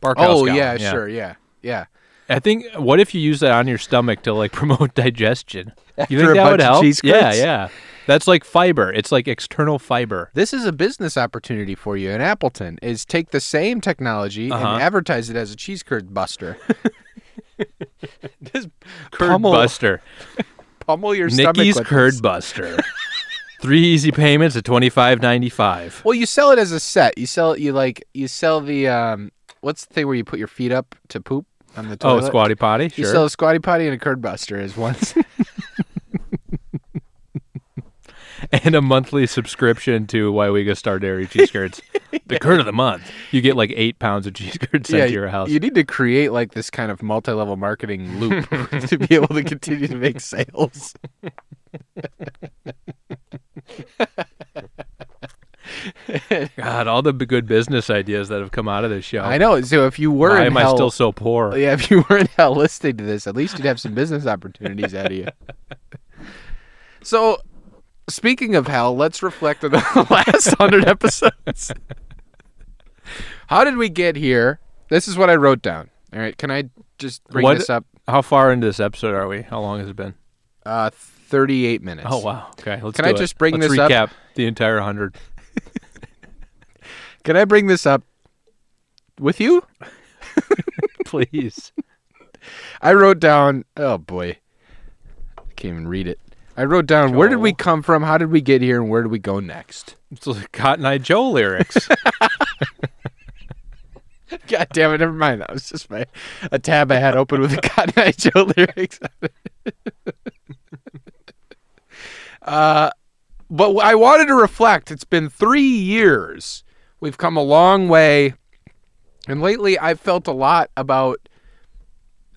Speaker 2: Barkhouse
Speaker 1: Oh
Speaker 2: gun,
Speaker 1: yeah, sure, yeah, yeah.
Speaker 2: I think what if you use that on your stomach to like promote digestion? you think
Speaker 1: a
Speaker 2: that
Speaker 1: bunch
Speaker 2: would
Speaker 1: of
Speaker 2: help?
Speaker 1: cheese
Speaker 2: yeah,
Speaker 1: curds?
Speaker 2: yeah. That's like fiber. It's like external fiber.
Speaker 1: This is a business opportunity for you in Appleton. Is take the same technology
Speaker 2: Uh-huh.
Speaker 1: and advertise it as a cheese curd buster. Just
Speaker 2: Curd
Speaker 1: pummel,
Speaker 2: buster.
Speaker 1: pummel your stomach.
Speaker 2: Nikki's
Speaker 1: with
Speaker 2: Curd
Speaker 1: this.
Speaker 2: Buster. Three easy payments at Oh, twenty five ninety five.
Speaker 1: Well, you sell it as a set. You sell you like you sell the um what's the thing where you put your feet up to poop on the
Speaker 2: Oh,
Speaker 1: toilet?
Speaker 2: squatty potty.
Speaker 1: You
Speaker 2: Sure.
Speaker 1: sell a squatty potty and a curd buster as one.
Speaker 2: and a monthly subscription to Wyweega Star Dairy cheese curds. The curd of the month. You get like eight pounds of cheese curds sent to your house.
Speaker 1: You need to create like this kind of multi-level marketing loop to be able to continue to make sales.
Speaker 2: God, all the b- good business ideas that have come out of this show.
Speaker 1: I know. So if you were
Speaker 2: Why
Speaker 1: in
Speaker 2: am I
Speaker 1: hell-
Speaker 2: still so poor?
Speaker 1: Yeah, if you were in hell listening to this, at least you'd have some business opportunities out of you. So, speaking of hell, let's reflect on the last hundred episodes. How did we get here? This is what I wrote down. All right, can I just bring
Speaker 2: What-
Speaker 1: this up?
Speaker 2: How far into this episode are we? How long has it been?
Speaker 1: Uh, Thirty-eight minutes.
Speaker 2: Oh wow. Okay, let's
Speaker 1: Can
Speaker 2: do
Speaker 1: I
Speaker 2: it.
Speaker 1: just bring
Speaker 2: Let's
Speaker 1: this up?
Speaker 2: recap the entire hundred.
Speaker 1: Can I bring this up with you?
Speaker 2: Please.
Speaker 1: I wrote down. Oh boy, I can't even read it. I wrote down. Where did we
Speaker 2: Joel.
Speaker 1: come from? How did we get here? And where do we go next?
Speaker 2: it's like Cotton Eye Joe lyrics.
Speaker 1: God damn it! Never mind. That was just my a tab I had open with the Cotton Eye Joe lyrics. on it. uh, but I wanted to reflect. It's been three years. We've come a long way, and lately I've felt a lot about.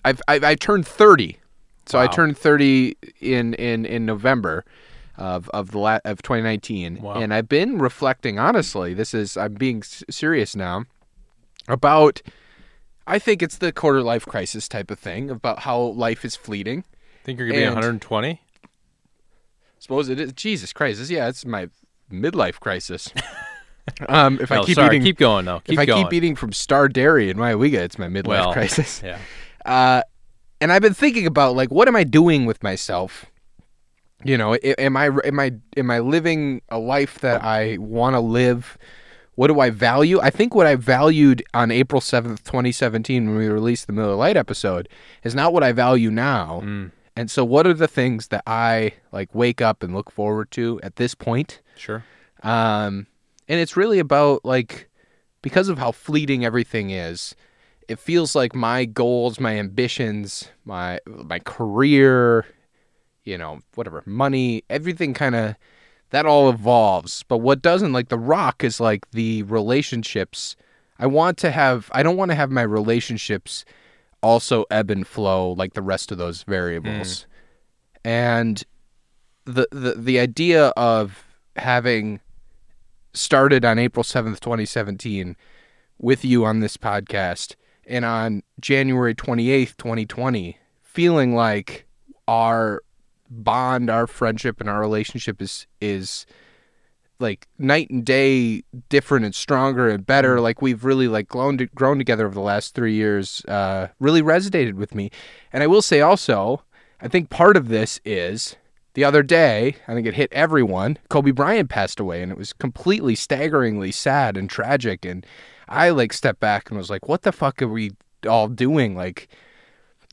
Speaker 1: I've I've I turned thirty, so I
Speaker 2: Wow.
Speaker 1: turned thirty in in in November. Of, of the la- of 2019
Speaker 2: Wow.
Speaker 1: and I've been reflecting honestly this is I'm being s- serious now about I think it's the quarter life crisis type of thing about how life is fleeting.
Speaker 2: Think you're gonna be
Speaker 1: And-
Speaker 2: 120?
Speaker 1: Suppose it is Jesus Christ. this- Yeah, it's my midlife crisis. um, if
Speaker 2: No,
Speaker 1: I keep
Speaker 2: sorry,
Speaker 1: eating,
Speaker 2: keep going though. Keep
Speaker 1: if I
Speaker 2: going.
Speaker 1: keep eating from Star Dairy in Waiwiga, it's my midlife
Speaker 2: Well,
Speaker 1: crisis.
Speaker 2: yeah.
Speaker 1: Uh, and I've been thinking about like, what am I doing with myself? You know, a- am I am I am I living a life that I want to live? What do I value? I think what I valued on April seventh, twenty seventeen, when we released the Miller Lite episode, is not what I value now.
Speaker 2: Mm.
Speaker 1: And so, what are the things that I like wake up and look forward to at this point?
Speaker 2: Sure.
Speaker 1: Um, and it's really about like because of how fleeting everything is, it feels like my goals, my ambitions, my my career, you know, whatever, money, everything kind of that all evolves. But what doesn't like the rock is like the relationships. I want to have I don't want to have my relationships also ebb and flow like the rest of those variables. And the, the the idea of having started on April 7th, 2017 with you on this podcast and on January 28th, 2020 feeling like our bond, our friendship and our relationship is is like night and day different and stronger and better like we've really like grown, to, grown together over the last three years uh, really resonated with me and i will say also i think part of this is the other day i think it hit everyone kobe bryant passed away and it was completely staggeringly sad and tragic and i like stepped back and was like what the fuck are we all doing like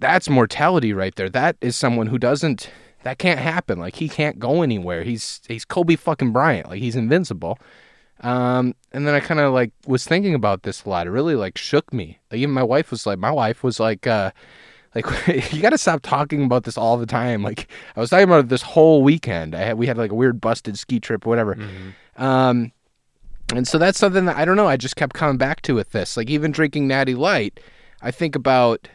Speaker 1: that's mortality right there that is someone who doesn't that can't happen. Like he can't go anywhere. He's he's Kobe fucking Bryant. Like he's invincible. Um, and then I kind of like was thinking about this a lot. It really like shook me. Like, even my wife was like, my wife was like, uh, like you got to stop talking about this all the time. Like I was talking about it this whole weekend. I had we had like a weird busted ski trip or whatever. Um, and so that's something that I don't know. I just kept coming back to with this. Like even drinking Natty Light, I think about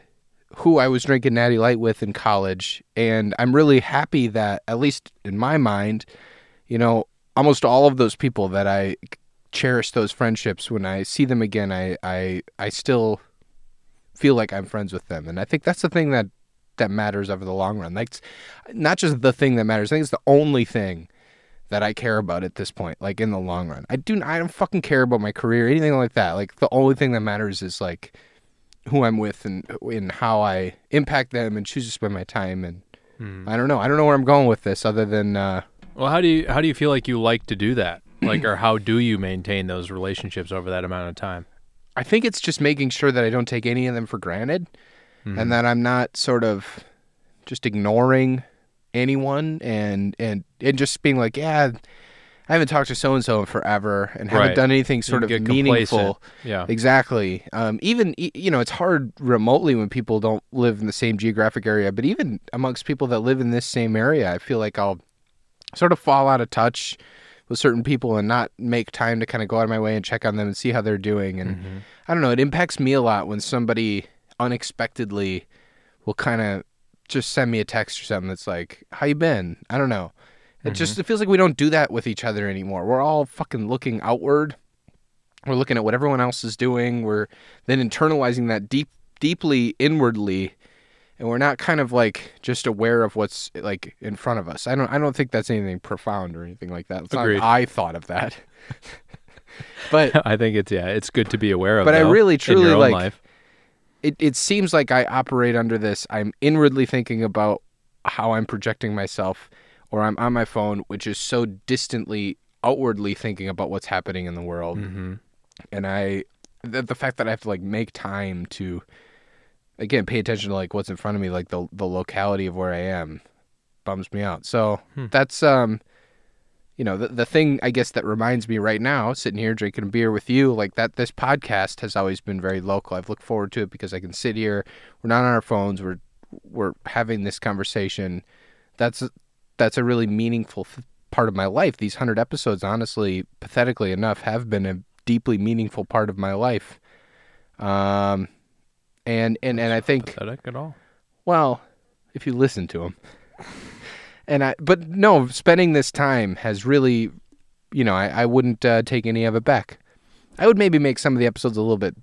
Speaker 1: who I was drinking Natty Light with in college, and I'm really happy that at least in my mind, you know, almost all of those people that I cherish those friendships when I see them again, I I I still feel like I'm friends with them, and I think that's the thing that that matters over the long run. That's not just the thing that matters. I think it's the only thing that I care about at this point, like in the long run. I do I don't fucking care about my career, anything like that. Like the only thing that matters is like who I'm with and and how I impact them and choose to spend my time and
Speaker 2: Hmm.
Speaker 1: I don't know. I don't know where I'm going with this other than uh,
Speaker 2: Well, how do you how do you feel like you like to do that? Like, or how do you maintain those relationships over that amount of time?
Speaker 1: I think it's just making sure that I don't take any of them for granted
Speaker 2: Hmm.
Speaker 1: and that I'm not sort of just ignoring anyone and and and just being like, yeah, I haven't talked to so and so in forever and
Speaker 2: Right.
Speaker 1: haven't done anything sort
Speaker 2: You
Speaker 1: of
Speaker 2: get
Speaker 1: meaningful.
Speaker 2: complacent. Yeah.
Speaker 1: Exactly. Um, even e- you know, it's hard remotely when people don't live in the same geographic area. But even amongst people that live in this same area, I feel like I'll sort of fall out of touch with certain people and not make time to kind of go out of my way and check on them and see how they're doing.
Speaker 2: Mm-hmm.
Speaker 1: And I don't know, it impacts me a lot when somebody unexpectedly will kind of just send me a text or something that's like, "How you been?" I don't know. It just it feels like we don't do that with each other anymore. We're all fucking looking outward we're looking at what everyone else is doing we're then internalizing that deep deeply inwardly and we're not kind of like just aware of what's like in front of us i don't i don't think that's anything profound or anything like that it's not
Speaker 2: Agreed.
Speaker 1: that i thought of that but
Speaker 2: I think it's yeah, it's good to be aware of.
Speaker 1: But I
Speaker 2: though,
Speaker 1: really,
Speaker 2: in
Speaker 1: truly,
Speaker 2: your own
Speaker 1: like-
Speaker 2: life.
Speaker 1: it, it seems like I operate under this. I'm inwardly thinking about how I'm projecting myself, or I'm on my phone, which is so distantly outwardly thinking about what's happening in the world.
Speaker 2: Mm.
Speaker 1: Mm-hmm. And I, the, the fact that I have to like make time to, again, pay attention to like what's in front of me, like the the locality of where I am, bums me out. So that's um, you know, the the thing I guess that reminds me right now, sitting here drinking a beer with you, like that this podcast has always been very local. I've looked forward to it because I can sit here. We're not on our phones. We're we're having this conversation. That's that's a really meaningful th- part of my life. These hundred episodes, honestly, pathetically enough, have been a deeply meaningful part of my life. Um, and and and I think
Speaker 2: pathetic at all.
Speaker 1: well, if you listen to him. and I, but no, spending this time has really, you know, I, I wouldn't uh, take any of it back. I would maybe make some of the episodes a little bit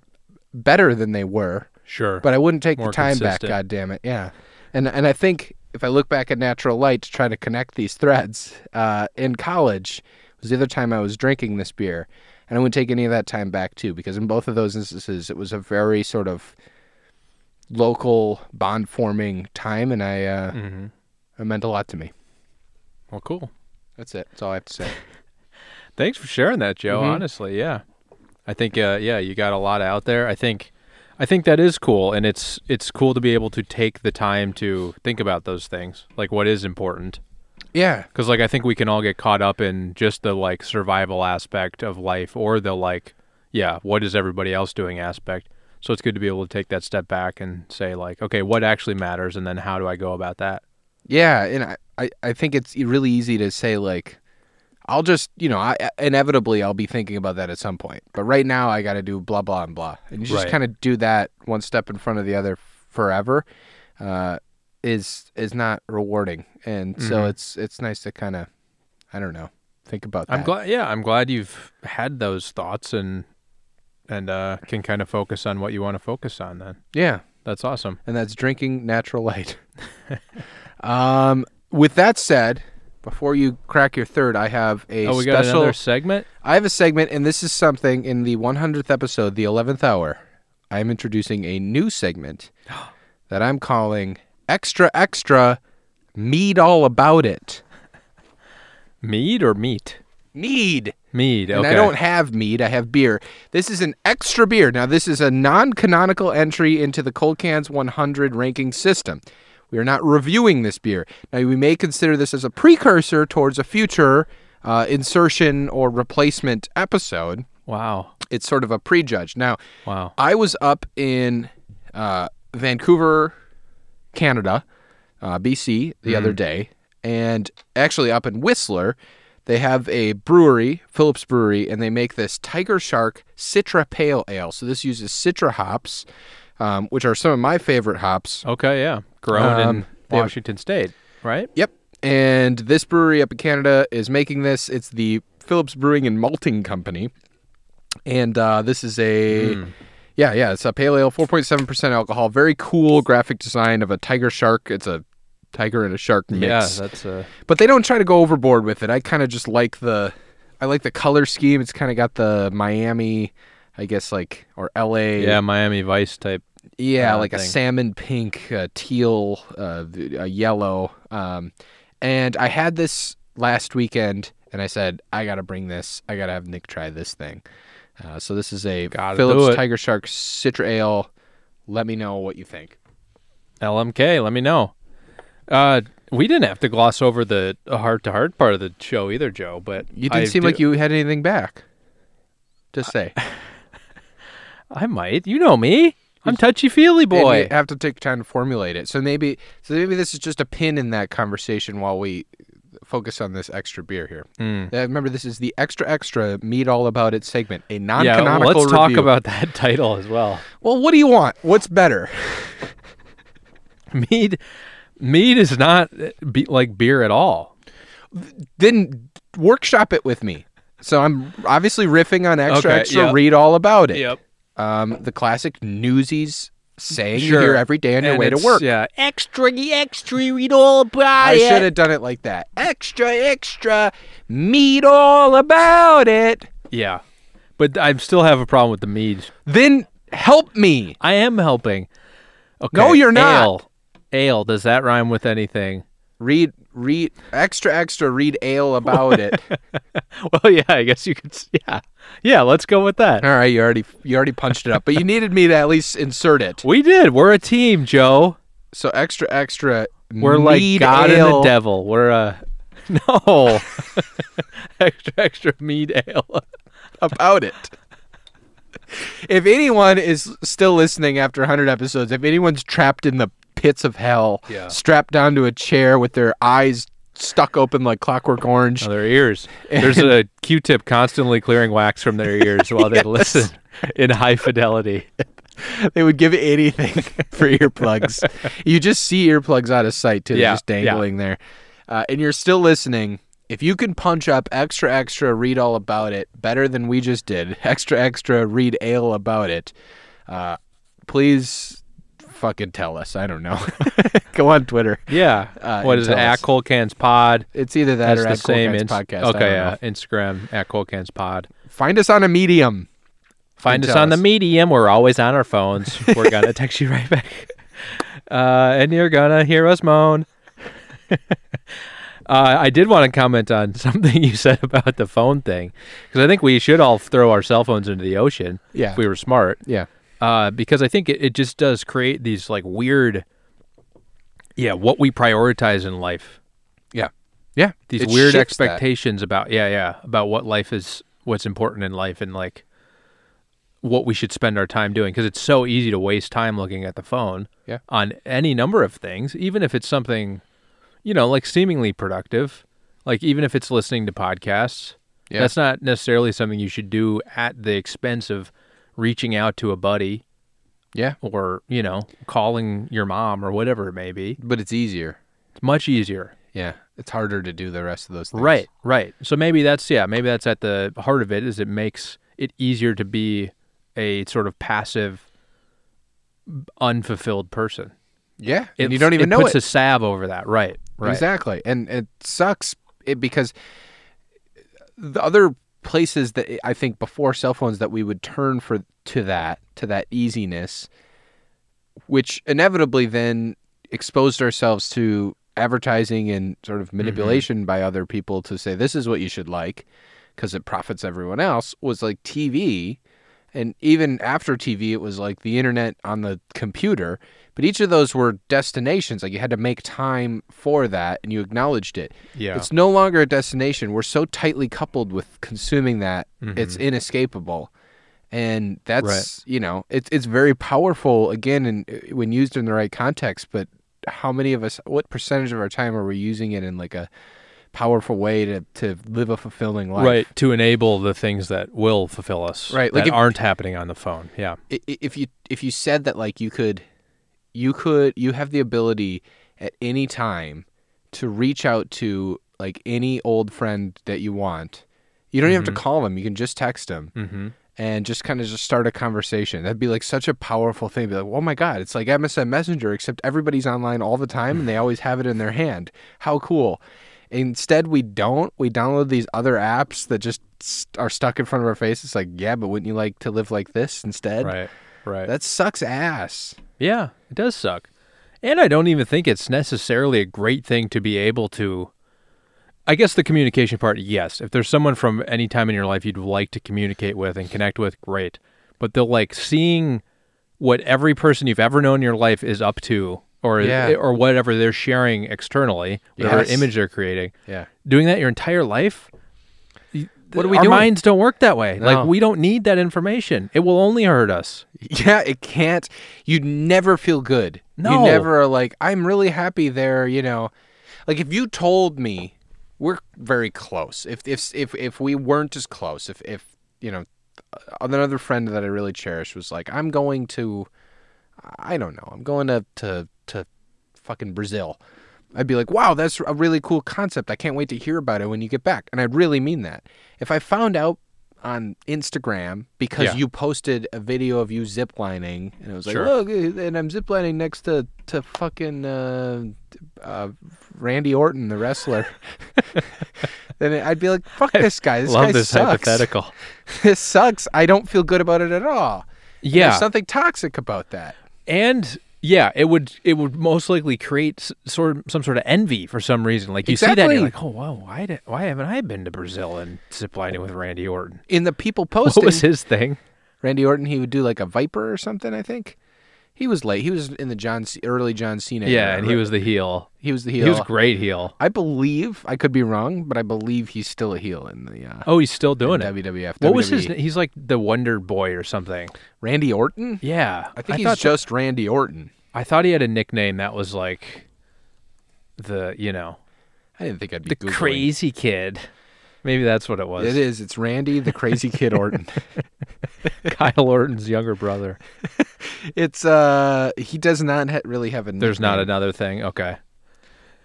Speaker 1: better than they were,
Speaker 2: Sure,
Speaker 1: but I wouldn't take
Speaker 2: More
Speaker 1: the time back.
Speaker 2: consistent.
Speaker 1: God damn it, yeah. And and I think if I look back at Natural Light to try to connect these threads, uh, in college was the other time I was drinking this beer, and I wouldn't take any of that time back too, because in both of those instances, it was a very sort of local bond forming time, and I uh,
Speaker 2: Mm-hmm.
Speaker 1: it meant a lot to me.
Speaker 2: well, cool.
Speaker 1: That's it. That's all I have to say.
Speaker 2: Thanks for sharing that, Joe. Honestly, yeah. I think uh, yeah, you got a lot out there. I think I think that is cool and it's it's cool to be able to take the time to think about those things, like what is important.
Speaker 1: yeah,
Speaker 2: Cuz like I think we can all get caught up in just the like survival aspect of life or the like yeah, what is everybody else doing aspect. So it's good to be able to take that step back and say like, okay, what actually matters and then how do I go about that?
Speaker 1: Yeah, and I, I, I think it's e, really easy to say like, I'll just you know I inevitably I'll be thinking about that at some point, but right now I got to do blah blah and blah, and you just
Speaker 2: Right.
Speaker 1: kind of do that one step in front of the other forever. Uh, is is not rewarding, and so
Speaker 2: Mhm.
Speaker 1: it's it's nice to kind of, I don't know, think about that.
Speaker 2: I'm glad. Yeah, I'm glad you've had those thoughts and and uh, can kind of focus on what you want to focus on. Then
Speaker 1: Yeah,
Speaker 2: that's awesome.
Speaker 1: and that's drinking natural light. um, with that said, before you crack your third, I have a
Speaker 2: oh, we got
Speaker 1: special.
Speaker 2: another segment.
Speaker 1: I have a segment, and this is something in the 100th episode, the 11th hour. I am introducing a new segment that I'm calling "Extra Extra Mead All About It."
Speaker 2: Mead or meat?
Speaker 1: Mead.
Speaker 2: Mead. Okay.
Speaker 1: And I don't have mead, I have beer. This is an extra beer. Now, this is a non canonical entry into the Cold Cans 100 ranking system. We are not reviewing this beer. Now, we may consider this as a precursor towards a future uh, insertion or replacement episode.
Speaker 2: Wow.
Speaker 1: It's sort of a prejudge. Now,
Speaker 2: Wow.
Speaker 1: I was up in uh, Vancouver, Canada, uh, BC, the other day, and actually up in Whistler, they have a brewery, Phillips Brewery, and they make this Tiger Shark Citra Pale Ale. So this uses Citra hops, um, which are some of my favorite hops.
Speaker 2: Okay. Yeah.
Speaker 1: Um,
Speaker 2: Grown in
Speaker 1: they have-
Speaker 2: Washington State, right?
Speaker 1: Yep. And this brewery up in Canada is making this. It's the Phillips Brewing and Malting Company. And uh, this is a.
Speaker 2: Mm.
Speaker 1: Yeah, yeah. It's a pale ale, 4.7% alcohol. Very cool graphic design of a tiger shark. It's a tiger and a shark mix
Speaker 2: Yeah. That's uh,
Speaker 1: but they don't try to go overboard with it. I kind of just like the, I like the color scheme. It's kind of got the Miami, I guess like or L.A.
Speaker 2: yeah Miami Vice type.
Speaker 1: yeah,
Speaker 2: uh,
Speaker 1: like a
Speaker 2: thing.
Speaker 1: salmon pink, uh, teal, uh, th- a yellow. Um, and I had this last weekend, and I said I gotta bring this. I gotta have Nick try this thing. Uh, so this is a
Speaker 2: Gotta do
Speaker 1: Phillips
Speaker 2: it.
Speaker 1: Tiger Shark Citra Ale. Let me know what you think.
Speaker 2: LMK, let me know. Uh, we didn't have to gloss over the heart to heart part of the show either, Joe. But
Speaker 1: You didn't
Speaker 2: I
Speaker 1: seem
Speaker 2: do-
Speaker 1: like you had anything back. Just say,
Speaker 2: I might. You know me. I'm touchy feely
Speaker 1: And
Speaker 2: boy.
Speaker 1: you have to take time to formulate it. So maybe, so maybe this is just a pin in that conversation while we focus on this extra beer here.
Speaker 2: Mm.
Speaker 1: Uh, Remember, this is the extra extra meat all about it segment, a
Speaker 2: Yeah,
Speaker 1: non-canonical.
Speaker 2: well, let's talk
Speaker 1: review.
Speaker 2: about that title as well.
Speaker 1: Well, what do you want? What's better?
Speaker 2: Mead, mead is not uh, be, like beer at all.
Speaker 1: then workshop it with me. So I'm obviously riffing on extra
Speaker 2: Okay,
Speaker 1: extra.
Speaker 2: yep.
Speaker 1: Read all about it. Um, the classic Newsies saying you
Speaker 2: Sure.
Speaker 1: hear every day on your
Speaker 2: And
Speaker 1: way to
Speaker 2: it's-
Speaker 1: work.
Speaker 2: Yeah,
Speaker 5: Extra, extra, read all about
Speaker 1: I
Speaker 5: it.
Speaker 1: should have done it like that. Extra, extra, meat all about it.
Speaker 2: yeah. But I still have a problem with the mead.
Speaker 1: Then help me.
Speaker 2: I am helping. Okay.
Speaker 1: No, you're not.
Speaker 2: Ale. Ale. Does that rhyme with anything?
Speaker 1: Read, read, extra, extra, read ale about it.
Speaker 2: Well, yeah. I guess you could. s- Yeah. Yeah. Let's go with that.
Speaker 1: All right, you already, you already punched it up, but you needed me to at least insert it.
Speaker 2: We did. We're a team, Joe.
Speaker 1: So extra, extra.
Speaker 2: We're like
Speaker 1: mead
Speaker 2: God
Speaker 1: ale.
Speaker 2: and the devil. We're uh no extra extra mead ale.
Speaker 1: about it. If anyone is still listening after 100 episodes, if anyone's trapped in the pits of hell,
Speaker 2: Yeah.
Speaker 1: strapped down to a chair with their eyes stuck open like clockwork orange,
Speaker 2: Oh, their ears. There's a Q-tip constantly clearing wax from their ears while they listen in high fidelity.
Speaker 1: they would give anything for earplugs. you just see earplugs out of sight, too. They're
Speaker 2: Yeah,
Speaker 1: just
Speaker 2: yeah.
Speaker 1: dangling there. Uh, and you're still listening. If you can punch up extra, extra, read all about it better than we just did, extra, extra, read ale about it, uh, please fucking tell us. I don't know. Go on Twitter.
Speaker 2: Yeah.
Speaker 1: Uh,
Speaker 2: what
Speaker 1: and
Speaker 2: is it?
Speaker 1: tell
Speaker 2: At
Speaker 1: us.
Speaker 2: Cole Cans Pod.
Speaker 1: It's either that
Speaker 2: That's
Speaker 1: or
Speaker 2: the
Speaker 1: at Cool
Speaker 2: same
Speaker 1: Cats
Speaker 2: ins-
Speaker 1: podcast. I
Speaker 2: Okay,
Speaker 1: don't
Speaker 2: yeah.
Speaker 1: know.
Speaker 2: Instagram at Cole Cans Pod.
Speaker 1: Find us on a medium.
Speaker 2: Find us
Speaker 1: tell
Speaker 2: on the
Speaker 1: us.
Speaker 2: medium. We're always on our phones. We're gonna text you right back. Uh, and you're gonna hear us moan. uh, I did want to comment on something you said about the phone thing, because I think we should all throw our cell phones into the ocean
Speaker 1: Yeah.
Speaker 2: if we were smart.
Speaker 1: Yeah.
Speaker 2: Uh, because I think it, it just does create these like weird, yeah, what we prioritize in life
Speaker 1: Yeah. Yeah.
Speaker 2: these
Speaker 1: It
Speaker 2: weird
Speaker 1: shifts that.
Speaker 2: expectations about yeah yeah about what life is what's important in life and like what we should spend our time doing because it's so easy to waste time looking at the phone
Speaker 1: Yeah.
Speaker 2: on any number of things even if it's something you know like seemingly productive like even if it's listening to podcasts
Speaker 1: Yeah.
Speaker 2: that's not necessarily something you should do at the expense of reaching out to a buddy
Speaker 1: Yeah.
Speaker 2: or, you know, calling your mom or whatever it may be.
Speaker 1: But it's easier.
Speaker 2: It's much easier.
Speaker 1: Yeah. It's harder to do the rest of those things.
Speaker 2: Right, right. So maybe that's yeah, maybe that's at the heart of it is it makes it easier to be a sort of passive unfulfilled person.
Speaker 1: Yeah.
Speaker 2: It-
Speaker 1: and you don't even
Speaker 2: it
Speaker 1: know
Speaker 2: puts
Speaker 1: it.
Speaker 2: a salve over that. Right. Right.
Speaker 1: Exactly. And it sucks it because the other places that I think before cell phones that we would turn for to that to that easiness which inevitably then exposed ourselves to advertising and sort
Speaker 2: Mm-hmm.
Speaker 1: of manipulation by other people to say this is what you should like because it profits everyone else was like TV and even after TV it was like the internet on the computer but each of those were destinations like you had to make time for that and you acknowledged it
Speaker 2: Yeah.
Speaker 1: it's no longer a destination we're so tightly coupled with consuming that it's inescapable and that's you know it's it's very powerful again and uh, when used in the right context but how many of us what percentage of our time are we using it in like a powerful way to to live a fulfilling life
Speaker 2: Right. To enable the things that will fulfill us.
Speaker 1: Right,
Speaker 2: Like
Speaker 1: like
Speaker 2: that
Speaker 1: if-
Speaker 2: aren't happening on the phone. Yeah.
Speaker 1: i- i- if you if you said that like you could you could you have the ability at any time to reach out to like any old friend that you want you don't even have to call them you can just text them
Speaker 2: Mm-hmm.
Speaker 1: and just kind of just start a conversation that'd be like such a powerful thing be like oh my god it's like msn messenger except everybody's online all the time and they always have it in their hand how cool instead we don't we download these other apps that just s- are stuck in front of our face it's like yeah but wouldn't you like to live like this instead
Speaker 2: Right. Right.
Speaker 1: that sucks ass.
Speaker 2: Yeah, it does suck. And I don't even think it's necessarily a great thing to be able to. I guess the communication part, yes. If there's someone from any time in your life you'd like to communicate with and connect with, great. But the like seeing what every person you've ever known in your life is up to or
Speaker 1: Yeah.
Speaker 2: or whatever they're sharing externally, whatever
Speaker 1: Yes.
Speaker 2: image they're creating,
Speaker 1: Yeah.
Speaker 2: doing that your entire life. What
Speaker 1: are we
Speaker 2: Our
Speaker 1: doing?
Speaker 2: minds don't work that way.
Speaker 1: No.
Speaker 2: Like we don't need that information. It will only hurt us.
Speaker 1: Yeah, it can't. You never feel good.
Speaker 2: No.
Speaker 1: You never are like, I'm really happy there, you know. Like if you told me we're very close. If if if if we weren't as close, if if you know another friend that I really cherish was like, I'm going to I don't know, I'm going to to to fucking Brazil. I'd be like, wow, that's a really cool concept. I can't wait to hear about it when you get back. And I'd really mean that. If I found out on Instagram because
Speaker 2: Yeah.
Speaker 1: you posted a video of you ziplining and it was like,
Speaker 2: Sure.
Speaker 1: look, eh, and I'm ziplining next to, to fucking uh, uh, Randy Orton, the wrestler, then I'd be like, fuck this guy. This guy
Speaker 2: Love this
Speaker 1: sucks.
Speaker 2: hypothetical.
Speaker 1: this sucks. I don't feel good about it at all.
Speaker 2: Yeah.
Speaker 1: There's something toxic about that.
Speaker 2: and yeah, it would it would most likely create s- sort of, some sort of envy for some reason. Like you see that, and you're like, oh
Speaker 1: Exactly. Oh.
Speaker 2: wow, why did, why haven't I been to Brazil and ziplining with Randy Orton?
Speaker 1: In the people
Speaker 2: What
Speaker 1: posting,
Speaker 2: was his thing?
Speaker 1: Randy Orton, he would do like a Viper or something, I think. He was late. He was in the John C- early John Cena.
Speaker 2: Yeah,
Speaker 1: era,
Speaker 2: and he
Speaker 1: right?
Speaker 2: was the heel.
Speaker 1: he was the heel.
Speaker 2: He was great heel.
Speaker 1: I believe I could be wrong, but I believe he's still a heel in the uh,
Speaker 2: Oh, he's still doing it.
Speaker 1: WWF.
Speaker 2: What was his?
Speaker 1: WWE.
Speaker 2: name? He's like the Wonder Boy or something.
Speaker 1: E. Randy Orton?
Speaker 2: Yeah,
Speaker 1: I think
Speaker 2: thought
Speaker 1: he's just Randy Orton.
Speaker 2: I thought he had a nickname that was like the you know
Speaker 1: I didn't think I'd be
Speaker 2: the
Speaker 1: Googling.
Speaker 2: crazy kid. Maybe that's what it was.
Speaker 1: It is. It's Randy the Crazy Kid Orton.
Speaker 2: Kyle Orton's younger brother.
Speaker 1: It's uh, he does not ha- really have a.
Speaker 2: There's not
Speaker 1: nickname.
Speaker 2: another thing. Okay.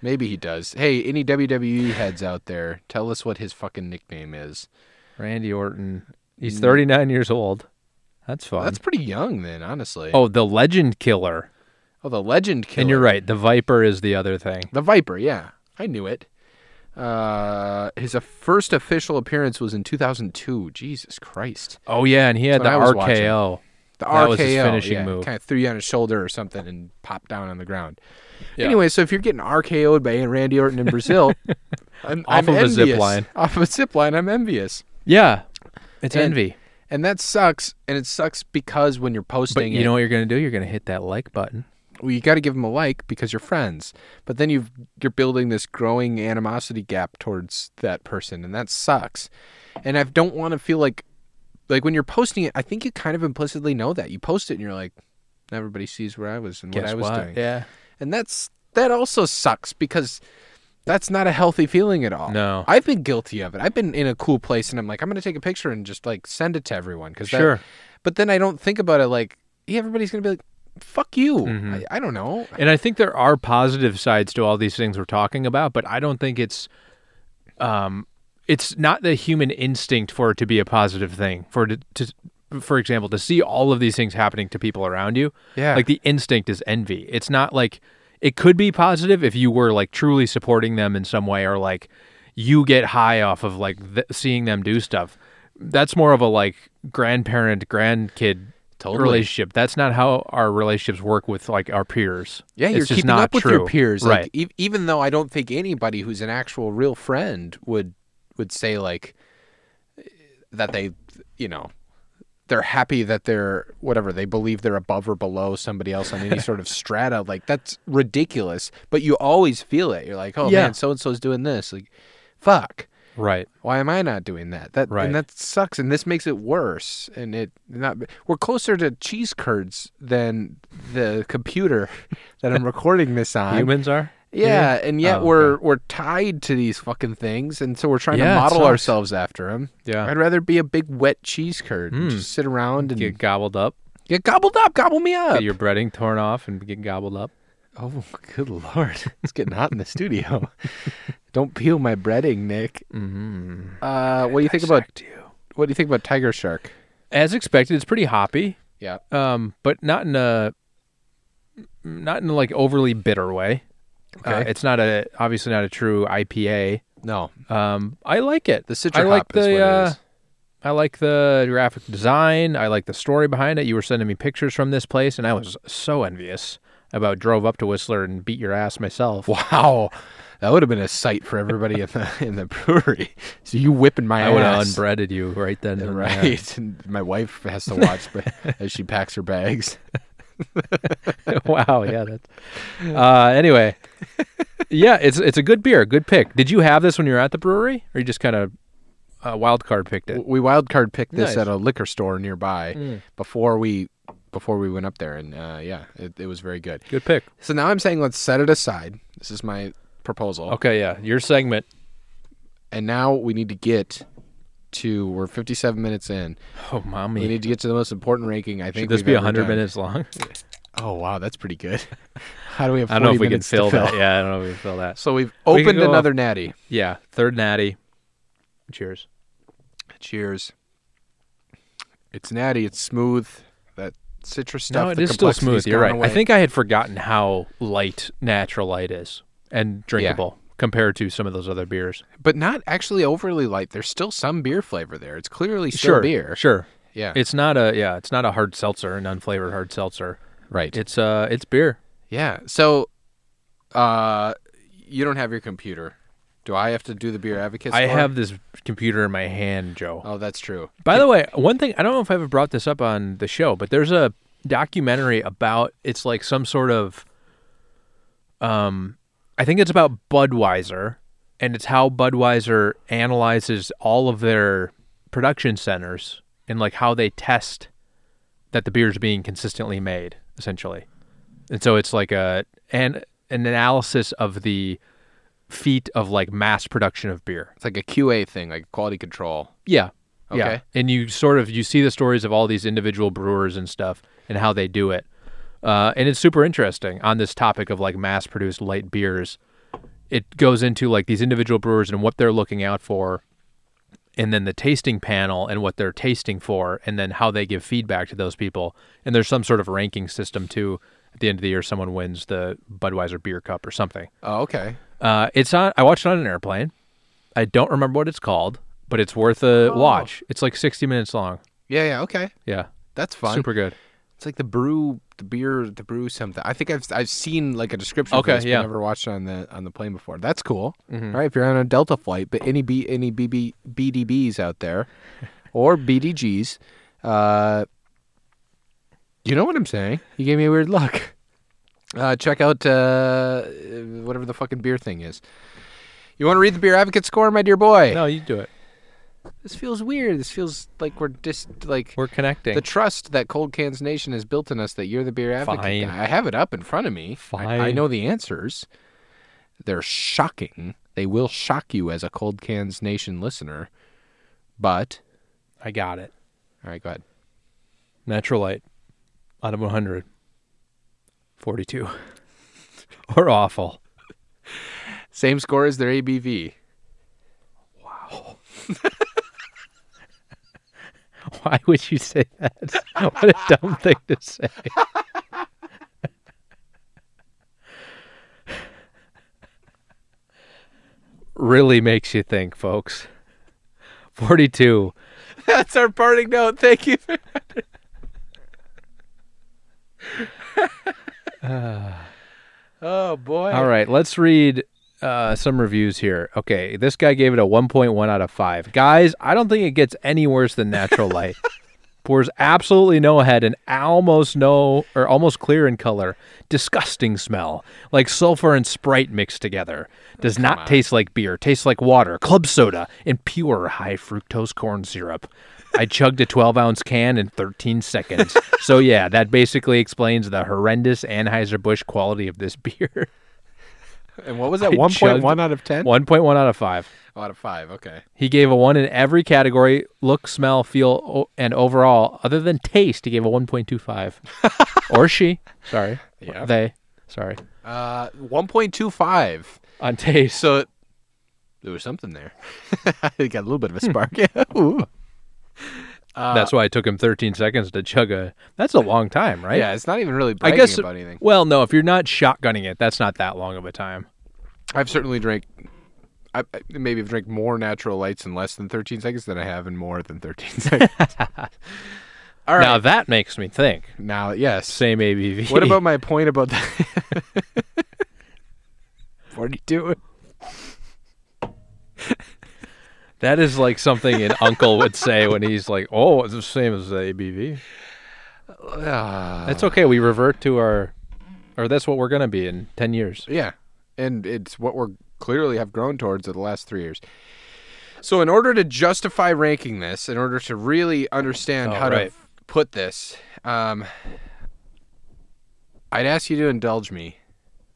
Speaker 1: Maybe he does. Hey, any WWE heads out there, tell us what his fucking nickname is.
Speaker 2: Randy Orton. Mm. He's 39 years old. That's fun.
Speaker 1: That's pretty young then, honestly.
Speaker 2: oh, the Legend Killer.
Speaker 1: Oh, the Legend Killer.
Speaker 2: And you're right. The Viper is the other thing.
Speaker 1: The Viper, yeah. I knew it. Uh, his uh, first official appearance was in 2002. Jesus Christ.
Speaker 2: Oh yeah, and he had
Speaker 1: That's
Speaker 2: the
Speaker 1: what I was
Speaker 2: RKO.
Speaker 1: The
Speaker 2: That
Speaker 1: RKO
Speaker 2: was his finishing move.
Speaker 1: kind of threw you on his shoulder or something and popped down on the ground.
Speaker 2: Yeah.
Speaker 1: Anyway, so if you're getting RKO'd by Randy Orton in Brazil, I'm,
Speaker 2: Off
Speaker 1: I'm
Speaker 2: of a
Speaker 1: envious.
Speaker 2: zip line.
Speaker 1: Off of a zip line, I'm envious.
Speaker 2: Yeah. It's
Speaker 1: And-
Speaker 2: envy.
Speaker 1: And that sucks. And it sucks because when you're posting,
Speaker 2: But you
Speaker 1: it-
Speaker 2: know what you're going to do? You're going to hit that like button.
Speaker 1: well, you got to give them a like because you're friends. But then you've you're building this growing animosity gap towards that person, and that sucks. And I don't want to feel like like when you're posting it. I think you kind of implicitly know that you post it, and you're like, everybody sees where I was and what
Speaker 2: Guess
Speaker 1: I was doing,
Speaker 2: Yeah.
Speaker 1: and that's that also sucks because. That's not a healthy feeling at all.
Speaker 2: No.
Speaker 1: I've been guilty of it. I've been in a cool place and I'm like, I'm going to take a picture and just like send it to everyone because
Speaker 2: Sure.
Speaker 1: but then I don't think about it like everybody's gonna be like, "Fuck you." I, I don't know.
Speaker 2: And I think there are positive sides to all these things we're talking about, but I don't think it's um it's not the human instinct for it to be a positive thing. For it to for example, to see all of these things happening to people around you.
Speaker 1: Yeah.
Speaker 2: Like the instinct is envy. It's not like it could be positive if you were like truly supporting them in some way or like you get high off of like th- seeing them do stuff. That's more of a like grandparent grandkid
Speaker 1: Totally.
Speaker 2: relationship. That's not how our relationships work with like our peers.
Speaker 1: Yeah,
Speaker 2: It's
Speaker 1: you're
Speaker 2: just
Speaker 1: keeping
Speaker 2: not
Speaker 1: up with your
Speaker 2: true.
Speaker 1: peers,
Speaker 2: right?
Speaker 1: Like, e- even though I don't think anybody who's an actual real friend would would say like that they, you know, they're happy that they're whatever they believe they're above or below somebody else on any sort of strata. Like that's ridiculous. But you always feel it. You're like, oh
Speaker 2: Yeah.
Speaker 1: man, so and so's doing this. Like, fuck.
Speaker 2: right.
Speaker 1: Why am I not doing that? That
Speaker 2: Right.
Speaker 1: and that sucks, and this makes it worse. And it not we're closer to cheese curds than the computer that I'm recording this on.
Speaker 2: Humans are.
Speaker 1: Yeah, and yet
Speaker 2: Oh,
Speaker 1: we're we're tied to these fucking things, and so we're trying
Speaker 2: Yeah,
Speaker 1: to
Speaker 2: it
Speaker 1: model
Speaker 2: sucks.
Speaker 1: ourselves after them.
Speaker 2: Yeah. Hmm.
Speaker 1: I'd rather be a big wet cheese curd, and just sit around and
Speaker 2: Get
Speaker 1: get,
Speaker 2: gobbled up.
Speaker 1: gobbled up, gobble me Mm. up.
Speaker 2: Get your breading torn off and get gobbled up.
Speaker 1: Oh, good lord, it's getting hot in the studio. Don't peel my breading, Nick.
Speaker 2: Mm-hmm.
Speaker 1: Uh, what do you think about what do you think about Tiger Shark?
Speaker 2: As expected, it's pretty hoppy,
Speaker 1: Yeah.
Speaker 2: um, but not in a not in a, like overly bitter way. Uh,
Speaker 1: Okay.
Speaker 2: it's not a obviously not a true IPA.
Speaker 1: No,
Speaker 2: Um, I like it.
Speaker 1: the
Speaker 2: I
Speaker 1: citra
Speaker 2: like
Speaker 1: hop
Speaker 2: the
Speaker 1: is what
Speaker 2: uh,
Speaker 1: it is.
Speaker 2: I like the graphic design. I like the story behind it. You were sending me pictures from this place, and I was so envious. I about drove up to Whistler and beat your ass myself.
Speaker 1: Wow, that would have been a sight for everybody in the in the brewery. So you whipping my
Speaker 2: I would have
Speaker 1: ass.
Speaker 2: unbreaded you right then. and there.
Speaker 1: Right. And my wife has to watch but as she packs her bags.
Speaker 2: wow. Yeah. That's, uh, anyway, yeah, it's it's a good beer. Good pick. Did you have this when you were at the brewery, or you just kind of uh, wild card picked it?
Speaker 1: We wild card picked this
Speaker 2: Nice. Mm.
Speaker 1: at a liquor store nearby before we before we went up there and uh, yeah, it, it was very good.
Speaker 2: Good pick.
Speaker 1: So now I'm saying let's set it aside. This is my proposal.
Speaker 2: Okay. Yeah. Your segment.
Speaker 1: And now we need to get to we're 57 minutes in.
Speaker 2: Oh,
Speaker 1: We
Speaker 2: mommy.
Speaker 1: need to get to the most important ranking I think
Speaker 2: Should this
Speaker 1: we've
Speaker 2: be
Speaker 1: ever
Speaker 2: hundred
Speaker 1: done.
Speaker 2: minutes long?
Speaker 1: Oh wow, that's pretty good. How do we have 40
Speaker 2: I don't know if we can
Speaker 1: minutes to
Speaker 2: fill that. Yeah. I don't know if we can fill that.
Speaker 1: So we've
Speaker 2: We can
Speaker 1: opened
Speaker 2: go
Speaker 1: another natty.
Speaker 2: Yeah, third natty. Cheers.
Speaker 1: Cheers. It's natty. It's smooth. That citrus stuff.
Speaker 2: no, it
Speaker 1: the
Speaker 2: is still
Speaker 1: complexity's
Speaker 2: smooth. You're
Speaker 1: gone
Speaker 2: right.
Speaker 1: away.
Speaker 2: I think I had forgotten how light natural light is and drinkable compared to some of those other beers.
Speaker 1: but not actually overly light. There's still some beer flavor there. It's clearly still beer.
Speaker 2: sure.
Speaker 1: Yeah.
Speaker 2: It's not a yeah. It's not a hard seltzer, an unflavored hard seltzer.
Speaker 1: right.
Speaker 2: It's uh, it's beer.
Speaker 1: yeah. So, uh, you don't have your computer. Do I have to do the beer advocate?
Speaker 2: I
Speaker 1: score?
Speaker 2: have this computer in my hand, Joe.
Speaker 1: Oh, that's true.
Speaker 2: By the way, one thing I don't know if I ever brought this up on the show, but there's a documentary about it's like some sort of um I think it's about Budweiser and it's how Budweiser analyzes all of their production centers and like how they test that the beer is being consistently made essentially. And so it's like a an an analysis of the feat of like mass production of beer.
Speaker 1: It's like a QA thing, like quality control.
Speaker 2: Yeah. Yeah.
Speaker 1: Okay.
Speaker 2: And you sort of you see the stories of all these individual brewers and stuff and how they do it. Uh, and it's super interesting on this topic of like mass produced light beers. It goes into like these individual brewers and what they're looking out for and then the tasting panel and what they're tasting for and then how they give feedback to those people. And there's some sort of ranking system too. At the end of the year someone wins the Budweiser beer cup or something.
Speaker 1: Oh, okay.
Speaker 2: Uh, it's on. I watched it on an airplane. I don't remember what it's called, but it's worth a watch. It's like sixty minutes long.
Speaker 1: Yeah. Yeah. Okay.
Speaker 2: Yeah,
Speaker 1: That's fun.
Speaker 2: super good.
Speaker 1: It's like the brew, the beer, the brew something. I think I've I've seen like a description.
Speaker 2: Okay,
Speaker 1: for this,
Speaker 2: yeah. Mm-hmm.
Speaker 1: But never watched it on the on the plane before. That's cool. All right, if you're on a Delta flight, but any B any BB, BDBs out there, or BDGs, uh, you know what I'm saying. You gave me a weird look. Uh, check out uh, whatever the fucking beer thing is. You want to read the beer advocate score, my dear boy?
Speaker 2: No, you do it.
Speaker 1: This feels weird. This feels like we're just like
Speaker 2: We're connecting.
Speaker 1: the trust that Cold Cans Nation has built in us that you're the beer advocate
Speaker 2: Fine.
Speaker 1: guy. I have it up in front of me. I, I
Speaker 2: Fine.
Speaker 1: know the answers. They're shocking. They will shock you as a Cold Cans Nation listener. But
Speaker 2: I got it.
Speaker 1: all right, go ahead.
Speaker 2: Natural light, out of 100. 42. or awful.
Speaker 1: Same score as their ABV.
Speaker 2: Why would you say that? what a dumb thing to say. really makes you think, folks. 42.
Speaker 1: That's our parting note. Thank you. oh boy.
Speaker 2: All right, let's read uh, some reviews here. Okay, this guy gave it a 1.1 out of 5. Guys, I don't think it gets any worse than natural light. Pours absolutely no head and almost no, or almost clear in color. Disgusting smell, like sulfur and Sprite mixed together. Does not taste like beer. Tastes like water, club soda, and pure high fructose corn syrup. I chugged a 12 ounce can in 13 seconds. so yeah, that basically explains the horrendous Anheuser-Busch quality of this beer.
Speaker 1: And what was that?
Speaker 2: I
Speaker 1: One point
Speaker 2: chugged-
Speaker 1: one out of ten.
Speaker 2: 1.1 out of 5.
Speaker 1: Out of five. Okay.
Speaker 2: He gave a 1 in every category look, smell, feel, o- and overall. Other than taste, he gave a 1.25. or she. Sorry.
Speaker 1: Yeah.
Speaker 2: They. Sorry.
Speaker 1: Uh, one point two five.
Speaker 2: On taste.
Speaker 1: So it, there was something there. it got a little bit of a spark. Ooh. Uh,
Speaker 2: that's why it took him 13 seconds to chug a. That's a long time, right?
Speaker 1: Yeah, it's not even really
Speaker 2: I
Speaker 1: bragging
Speaker 2: guess.
Speaker 1: about anything.
Speaker 2: Well, no, if you're not shotgunning it, that's not that long of a time.
Speaker 1: I've certainly drank. I I- maybe I've drank more natural lights in less than 13 seconds than I have in more than 13 seconds. All
Speaker 2: Now
Speaker 1: right.
Speaker 2: that makes me think.
Speaker 1: Now, yes.
Speaker 2: Same ABV.
Speaker 1: What about my point about that? 42.
Speaker 2: that? Is like something an uncle would say when he's like, "Oh, it's the same as the ABV."
Speaker 1: Ah,
Speaker 2: That's okay. We revert to our, or that's what we're gonna be in ten years.
Speaker 1: yeah. And it's what we're clearly have grown towards in the last three years. So, in order to justify ranking this, in order to really understand
Speaker 2: Oh,
Speaker 1: how
Speaker 2: right.
Speaker 1: to put this, um, I'd ask you to indulge me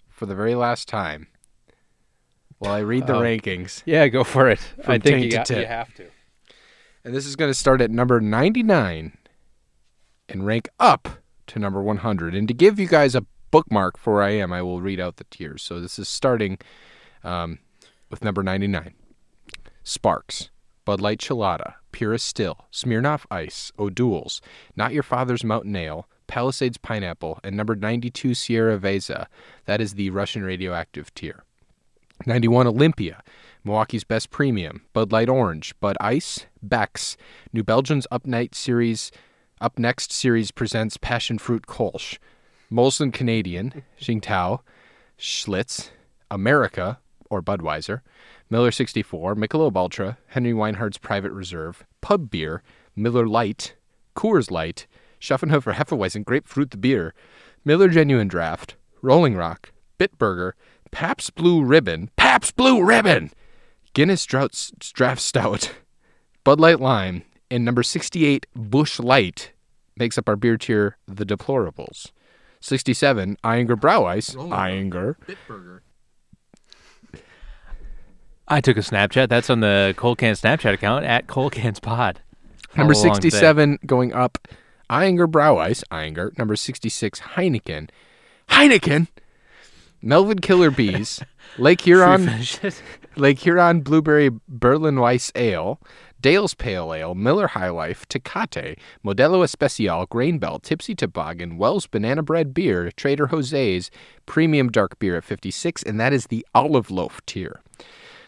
Speaker 1: for the very last time while I read the
Speaker 2: Oh.
Speaker 1: rankings.
Speaker 2: Yeah, go for it. I
Speaker 1: From
Speaker 2: think
Speaker 1: taint
Speaker 2: you,
Speaker 1: to
Speaker 2: got- you
Speaker 1: tip.
Speaker 2: have to.
Speaker 1: And this is going to start at number 99 and rank up to number 100. And to give you guys a bookmark for where I am, I will read out the tiers. So this is starting um, with number 99 Sparks, Bud Light Chilada, Purist Still, Smirnoff Ice, O'Doul's, Not Your Father's Mountain Ale, Palisades Pineapple, and number 92 Sierra Veza. That is the Russian radioactive tier. 91 Olympia, Milwaukee's Best Premium, Bud Light Orange, Bud Ice, Beck's, New Belgium's Up Night Series, Up Next Series presents Passion Fruit Kolsch, Molson Canadian, Tsingtao, Schlitz, America, or Budweiser, Miller 64, Michelob Ultra, Henry Weinhardt's Private Reserve, Pub Beer, Miller Light, Coors Light, Schaffenhofer Hefeweizen Grapefruit the Beer, Miller Genuine Draft, Rolling Rock, Bitburger, Pabst Blue Ribbon, Pabst Blue Ribbon, Guinness Drought S- Draft Stout, Bud Light Lime, and number 68, Bush Light, makes up our beer tier, The Deplorables. 67, Iinger Brow Ice, Iinger.
Speaker 2: I took a Snapchat. That's on the Cold Can Snapchat account at Cold Cans Pod.
Speaker 1: Number
Speaker 2: Follow along today.
Speaker 1: 67 going up, Iinger Brow Ice, Iinger. Number 66, Heineken. Heineken! Melvin Killer Bees, Lake Huron, Lake Huron Blueberry Berlin Weiss Ale, Dale's Pale Ale, Miller High Life, Tecate, Modelo Especial, Grain Belt, Tipsy Toboggan, Wells Banana Bread Beer, Trader Jose's, Premium Dark Beer at 56, and that is the Olive Loaf tier.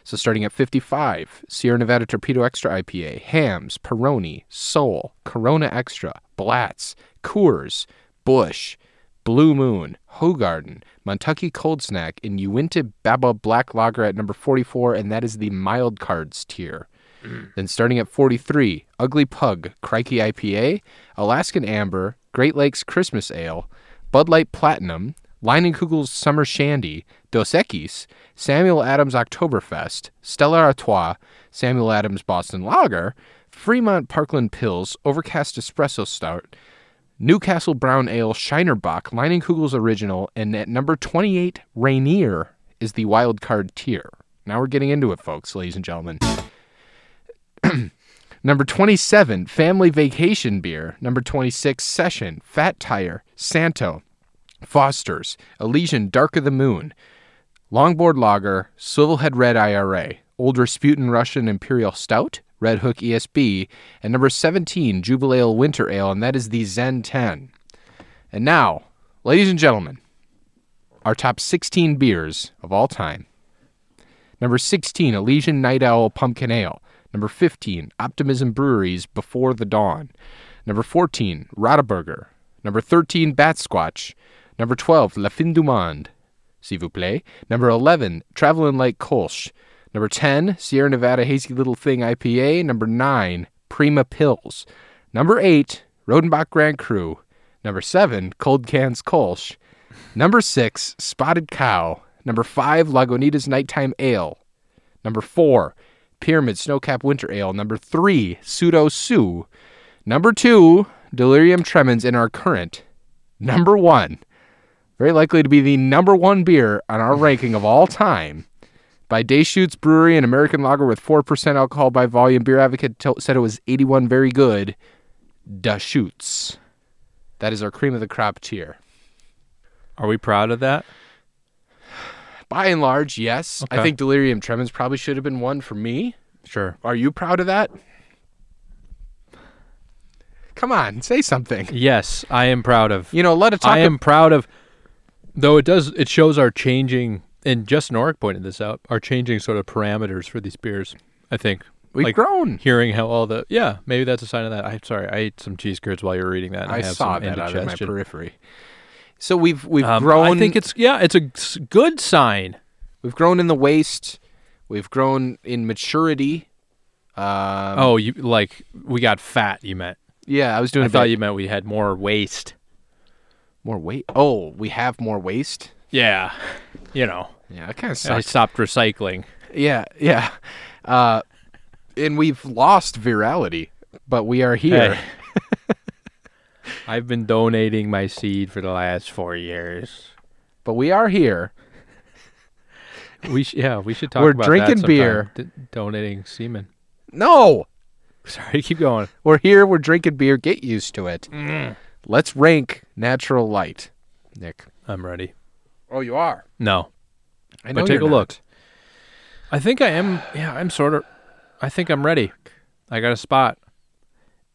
Speaker 1: So starting at 55, Sierra Nevada Torpedo Extra IPA, Hams, Peroni, Soul, Corona Extra, Blatz, Coors, Bush, Blue Moon, Hogarden, Montucky Cold Snack, and Uinta Baba Black Lager at number 44, and that is the mild cards tier. Then starting at 43, Ugly Pug, Crikey IPA, Alaskan Amber, Great Lakes Christmas Ale, Bud Light Platinum, Leinenkugel's Summer Shandy, Dos Equis, Samuel Adams Oktoberfest, Stella Artois, Samuel Adams Boston Lager, Fremont Parkland Pills, Overcast Espresso Stout, Newcastle Brown Ale, Shinerbach, Leinenkugel's Original, and at number 28, Rainier is the wild card tier. Now we're getting into it, folks, ladies and gentlemen. Number 27, Family Vacation Beer. Number 26, Session, Fat Tire, Santo, Foster's, Elysian, Dark of the Moon, Longboard Lager, Swivelhead Red IRA, Old Rasputin Russian Imperial Stout, Red Hook ESB, and number 17, Jubilee Ale Winter Ale, and that is the Zen 10. And now, ladies and gentlemen, our top 16 beers of all time. Number 16, Elysian Night Owl Pumpkin Ale. Number 15, Optimism Breweries Before the Dawn. Number 14, Rataburger. Number 13, Bat Squatch. Number 12, La Fin du Monde, s'il vous plaît. Number 11, Travelin' Like Kolsch. Number 10, Sierra Nevada Hazy Little Thing IPA. Number 9, Prima Pills. Number 8, Rodenbach Grand Cru. Number 7, Cold Cans Kolsch. Number six, Spotted Cow. Number five, Lagunitas Nighttime Ale. Number four, Pyramid Snowcap Winter Ale. Number three, Pseudo Sue. Number two, Delirium Tremens in our current. Number one, very likely to be the number one beer on our ranking of all time. By Deschutes Brewery, an American lager with 4% alcohol by volume. Beer Advocate to- said it was 81 very good. Deschutes. That is our cream of the crop tier.
Speaker 2: Are we proud of that?
Speaker 1: By and large, yes. I
Speaker 2: Okay.
Speaker 1: think Delirium Tremens probably should have been one for me.
Speaker 2: Sure.
Speaker 1: Are you proud of that? Come on, say something.
Speaker 2: Yes, I am proud of.
Speaker 1: You know, let it talk.
Speaker 2: I am proud of. Though it does, it shows our changing, and Justin Orick pointed this out, our changing sort of parameters for these beers. I think
Speaker 1: We've
Speaker 2: like,
Speaker 1: grown.
Speaker 2: Hearing how all the yeah, maybe that's a sign of that. I'm sorry, I ate some cheese curds while you were reading that. And I,
Speaker 1: I,
Speaker 2: have
Speaker 1: saw
Speaker 2: some
Speaker 1: that out of my
Speaker 2: indigestion.
Speaker 1: periphery. So we've we've
Speaker 2: Um,
Speaker 1: grown. Um,
Speaker 2: I think it's yeah, it's a s- good sign.
Speaker 1: we've grown in the waist. We've grown in maturity. Um,
Speaker 2: oh, you like we got fat? You meant?
Speaker 1: yeah, I was doing
Speaker 2: I
Speaker 1: a
Speaker 2: thought
Speaker 1: bit
Speaker 2: you meant we had more waste.
Speaker 1: more weight. Oh, we have more waist.
Speaker 2: Yeah, you know,
Speaker 1: Yeah, that kind of
Speaker 2: I
Speaker 1: sucks.
Speaker 2: stopped recycling.
Speaker 1: Yeah, yeah. Uh, and we've lost virality, but we are here.
Speaker 2: Hey. I've been donating my seed for the last four years.
Speaker 1: But we are here.
Speaker 2: We sh- yeah, we should talk.
Speaker 1: We're
Speaker 2: about
Speaker 1: drinking
Speaker 2: that
Speaker 1: beer.
Speaker 2: sometime. D- donating semen.
Speaker 1: No,
Speaker 2: Sorry, keep going.
Speaker 1: we're here. We're drinking beer. Get used to it.
Speaker 2: Mm.
Speaker 1: Let's rank natural light, Nick.
Speaker 2: I'm ready.
Speaker 1: Oh, you are.
Speaker 2: No,
Speaker 1: I know
Speaker 2: but take
Speaker 1: you're
Speaker 2: a
Speaker 1: not.
Speaker 2: look. I think I am. Yeah, I'm sort of. I think I'm ready. I got a spot,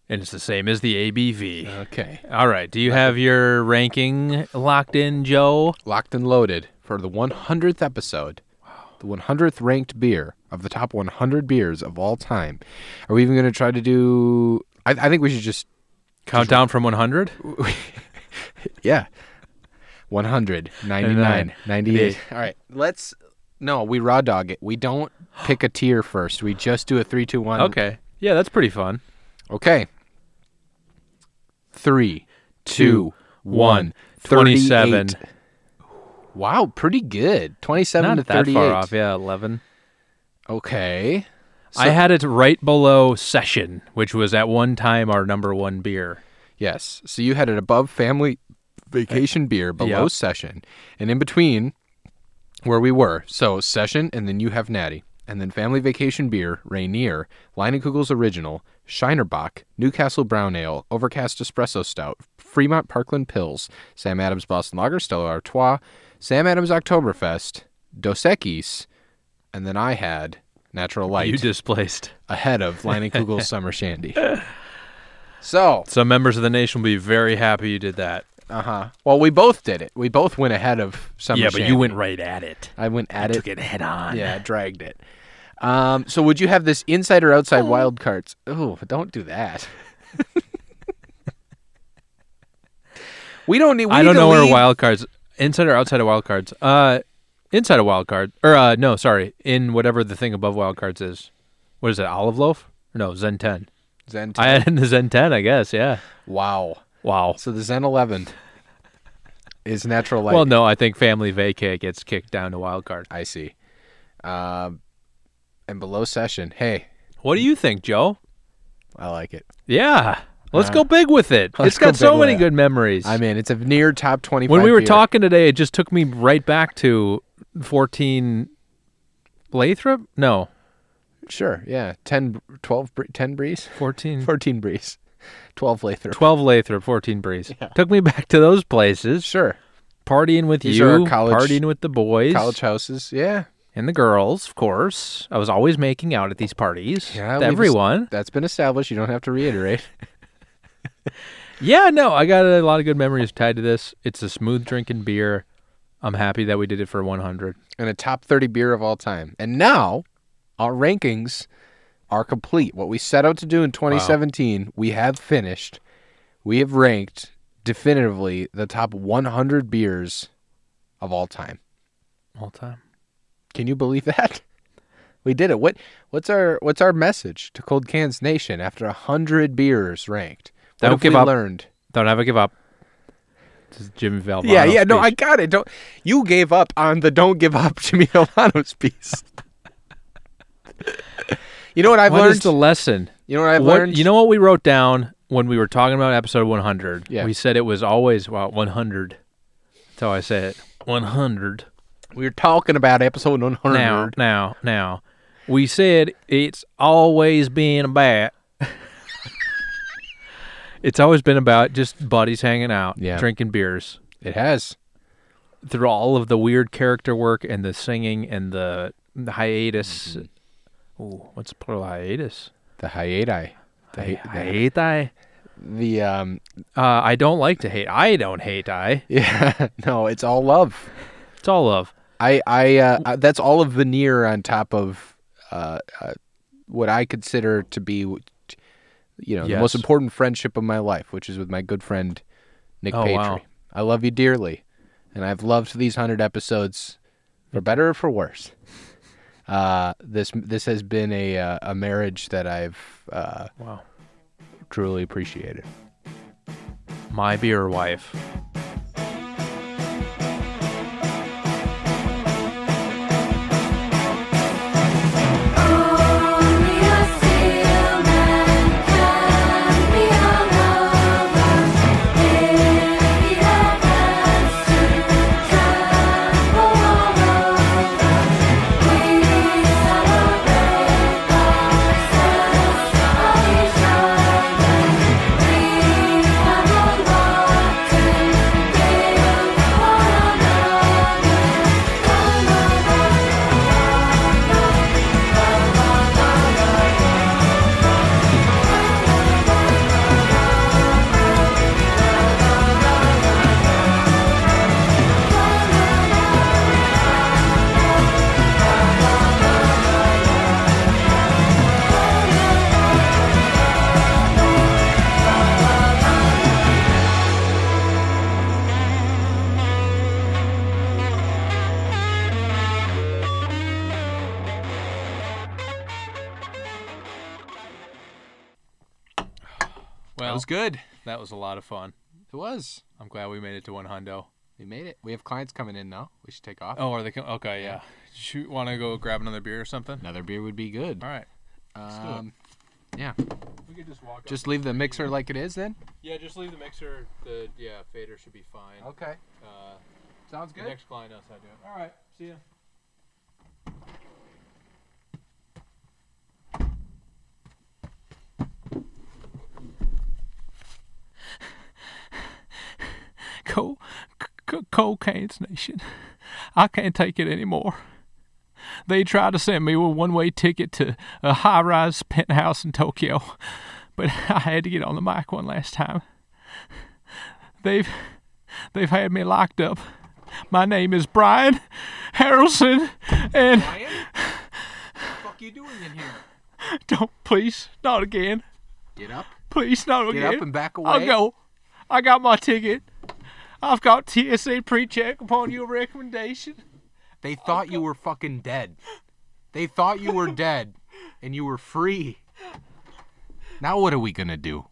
Speaker 2: and it's the same as the ABV.
Speaker 1: Okay,
Speaker 2: All right. Do you have your ranking locked in, Joe?
Speaker 1: locked and loaded for the 100th episode. The 100th ranked beer of the top 100 beers of all time. Are we even going to try to do? I, I think we should just
Speaker 2: Countdown from 100.
Speaker 1: yeah, 100, 99, 98. All right, let's. No, we raw dog it. We don't pick a tier first. We just do a three, two, one.
Speaker 2: Okay. Yeah, that's pretty fun.
Speaker 1: Okay. Three, two, one,
Speaker 2: 27.
Speaker 1: 38. Wow, pretty good. Twenty-seven to
Speaker 2: Not that
Speaker 1: thirty-eight.
Speaker 2: far off. Yeah, 11.
Speaker 1: Okay.
Speaker 2: I had it right below Session, which was at one time our number one beer.
Speaker 1: Yes. So you had it above family vacation beer, below
Speaker 2: Yep.
Speaker 1: session, and in between where we were. So session, and then you have Natty, and then family vacation beer, Rainier, Leinenkugel's original, Shinerbach, Newcastle Brown Ale, Overcast Espresso Stout, Fremont Parkland Pills, Sam Adams Boston Lager, Stella Artois, Sam Adams Oktoberfest, Dos Equis, and then I had Natural Light
Speaker 2: You displaced.
Speaker 1: ahead of Leinenkugel's Summer Shandy. So
Speaker 2: Some members of the nation will be very happy you did that.
Speaker 1: Uh huh. Well, we both did it. We both went ahead of some.
Speaker 2: yeah, but you went right at it.
Speaker 1: I went at it.
Speaker 2: Took it head on.
Speaker 1: Yeah, dragged it. Um. So would you have this inside or outside wild cards? Oh, don't do that. we don't need. We
Speaker 2: I
Speaker 1: need
Speaker 2: don't
Speaker 1: to
Speaker 2: know where
Speaker 1: leave-
Speaker 2: wild cards, inside or outside of wild cards. Uh, inside of wild card, or uh, no, sorry, in whatever the thing above wild cards is. What is it? Olive loaf? No, Zen ten.
Speaker 1: Zen.
Speaker 2: I had it in the Zen ten, I guess. Yeah.
Speaker 1: wow.
Speaker 2: Wow.
Speaker 1: So the Zen Eleven is natural light.
Speaker 2: Well, no, I think family vacay gets kicked down to wild card.
Speaker 1: I see. Um, and below session. Hey,
Speaker 2: What do you think, Joe?
Speaker 1: I like it.
Speaker 2: Yeah. Let's go big with it. It's
Speaker 1: Uh, let's go
Speaker 2: got so
Speaker 1: big
Speaker 2: many
Speaker 1: with it.
Speaker 2: good memories.
Speaker 1: I mean, it's a near top twenty.
Speaker 2: when we were talking today, it just took me right back to 14 Lathrop? No.
Speaker 1: Sure. Yeah. 10, br- 12, br- 10 breeze,
Speaker 2: 14.
Speaker 1: 14 breeze, 12 Lathrop.
Speaker 2: 12 Lathrop, 14 Breeze. Took me back to those places,
Speaker 1: Sure.
Speaker 2: partying with
Speaker 1: These
Speaker 2: you,
Speaker 1: are our college-
Speaker 2: partying with the boys
Speaker 1: College houses. Yeah.
Speaker 2: and the girls, of course. I was always making out at these parties
Speaker 1: Yeah,
Speaker 2: with
Speaker 1: we've es-
Speaker 2: everyone.
Speaker 1: That's been established. You don't have to reiterate.
Speaker 2: Yeah, no, I got a lot of good memories tied to this. It's a smooth drinking beer. I'm happy that we did it for 100.
Speaker 1: and a top 30 beer of all time. And now our rankings are complete. What we set out to do in 2017, we have finished. We have ranked definitively the top 100 beers of all time.
Speaker 2: All time.
Speaker 1: Can you believe that? We did it. What what's our what's our message to Cold Cans Nation after 100 beers ranked? What
Speaker 2: Don't
Speaker 1: have
Speaker 2: give
Speaker 1: we
Speaker 2: up.
Speaker 1: learned?
Speaker 2: Don't ever give up. This is Jimmy Valvano.
Speaker 1: Yeah, yeah, no, I
Speaker 2: speech.
Speaker 1: got it. Don't you gave up on the don't give up Jimmy Alano's piece. you know what I've
Speaker 2: What
Speaker 1: learned?
Speaker 2: is the lesson?
Speaker 1: you know what I've
Speaker 2: What-
Speaker 1: learned?
Speaker 2: You know what we wrote down when we were talking about episode 100?
Speaker 1: Yeah.
Speaker 2: We said it was always, wow, 100. That's how I say it. 100.
Speaker 1: we were talking about episode one hundred.
Speaker 2: Now, now, now. We said it's always been about. it's always been about just buddies hanging out,
Speaker 1: Yeah.
Speaker 2: drinking beers.
Speaker 1: It has.
Speaker 2: Through all of the weird character work and the singing and the, the hiatus.
Speaker 1: Mm-hmm.
Speaker 2: Ooh, what's the plural of hiatus?
Speaker 1: The hiati. The, hi-
Speaker 2: Hiati.
Speaker 1: the um
Speaker 2: Uh, I don't like to hate. I don't hate. I.
Speaker 1: yeah, no, it's all love.
Speaker 2: It's all love.
Speaker 1: I I uh I- that's all of veneer on top of uh, uh what I consider to be you know, the most
Speaker 2: Yes.
Speaker 1: important friendship of my life, which is with my good friend Nick
Speaker 2: Oh,
Speaker 1: Patry.
Speaker 2: wow.
Speaker 1: I love you dearly, and I've loved these 100 episodes for better or for worse. Uh, this this has been a uh, a marriage that I've uh,
Speaker 2: Wow.
Speaker 1: truly appreciated.
Speaker 2: My beer wife.
Speaker 6: We are still mankind. We are lovers. Any of us to come for all of us. We celebrate our success of each other. We have a lot to give one another.
Speaker 2: Well,
Speaker 1: good.
Speaker 2: that was a lot of fun.
Speaker 1: It was.
Speaker 2: I'm glad we made it to one hundo.
Speaker 1: We made it. We have clients coming in now. We should take off.
Speaker 2: Oh, are they? Com- okay, yeah. Shoot, want to go grab another beer or something?
Speaker 1: Another beer would be good.
Speaker 2: All right. do it.
Speaker 1: Um, yeah.
Speaker 2: We could just walk.
Speaker 1: Just leave the mixer like it is then?
Speaker 2: Yeah, just leave the mixer. The yeah fader should be fine.
Speaker 1: Okay.
Speaker 2: Uh,
Speaker 1: Sounds
Speaker 2: the next client knows how to do it. All right. See ya.
Speaker 7: Co- c- Cocaine's Nation. I can't take it anymore. They tried to send me a one way ticket to a high rise penthouse in Tokyo, but I had to get on the mic one last time. They've they've had me locked up. My name is Brian Harrelson and
Speaker 1: fuck you doing in here?
Speaker 7: don't please not again.
Speaker 1: Get up.
Speaker 7: Please not
Speaker 1: Get
Speaker 7: again.
Speaker 1: up and back away.
Speaker 7: I'll go. I got my ticket. I've got TSA pre-check upon your recommendation.
Speaker 1: They thought you were fucking dead. They thought you were dead and you were free. Now what are we gonna do?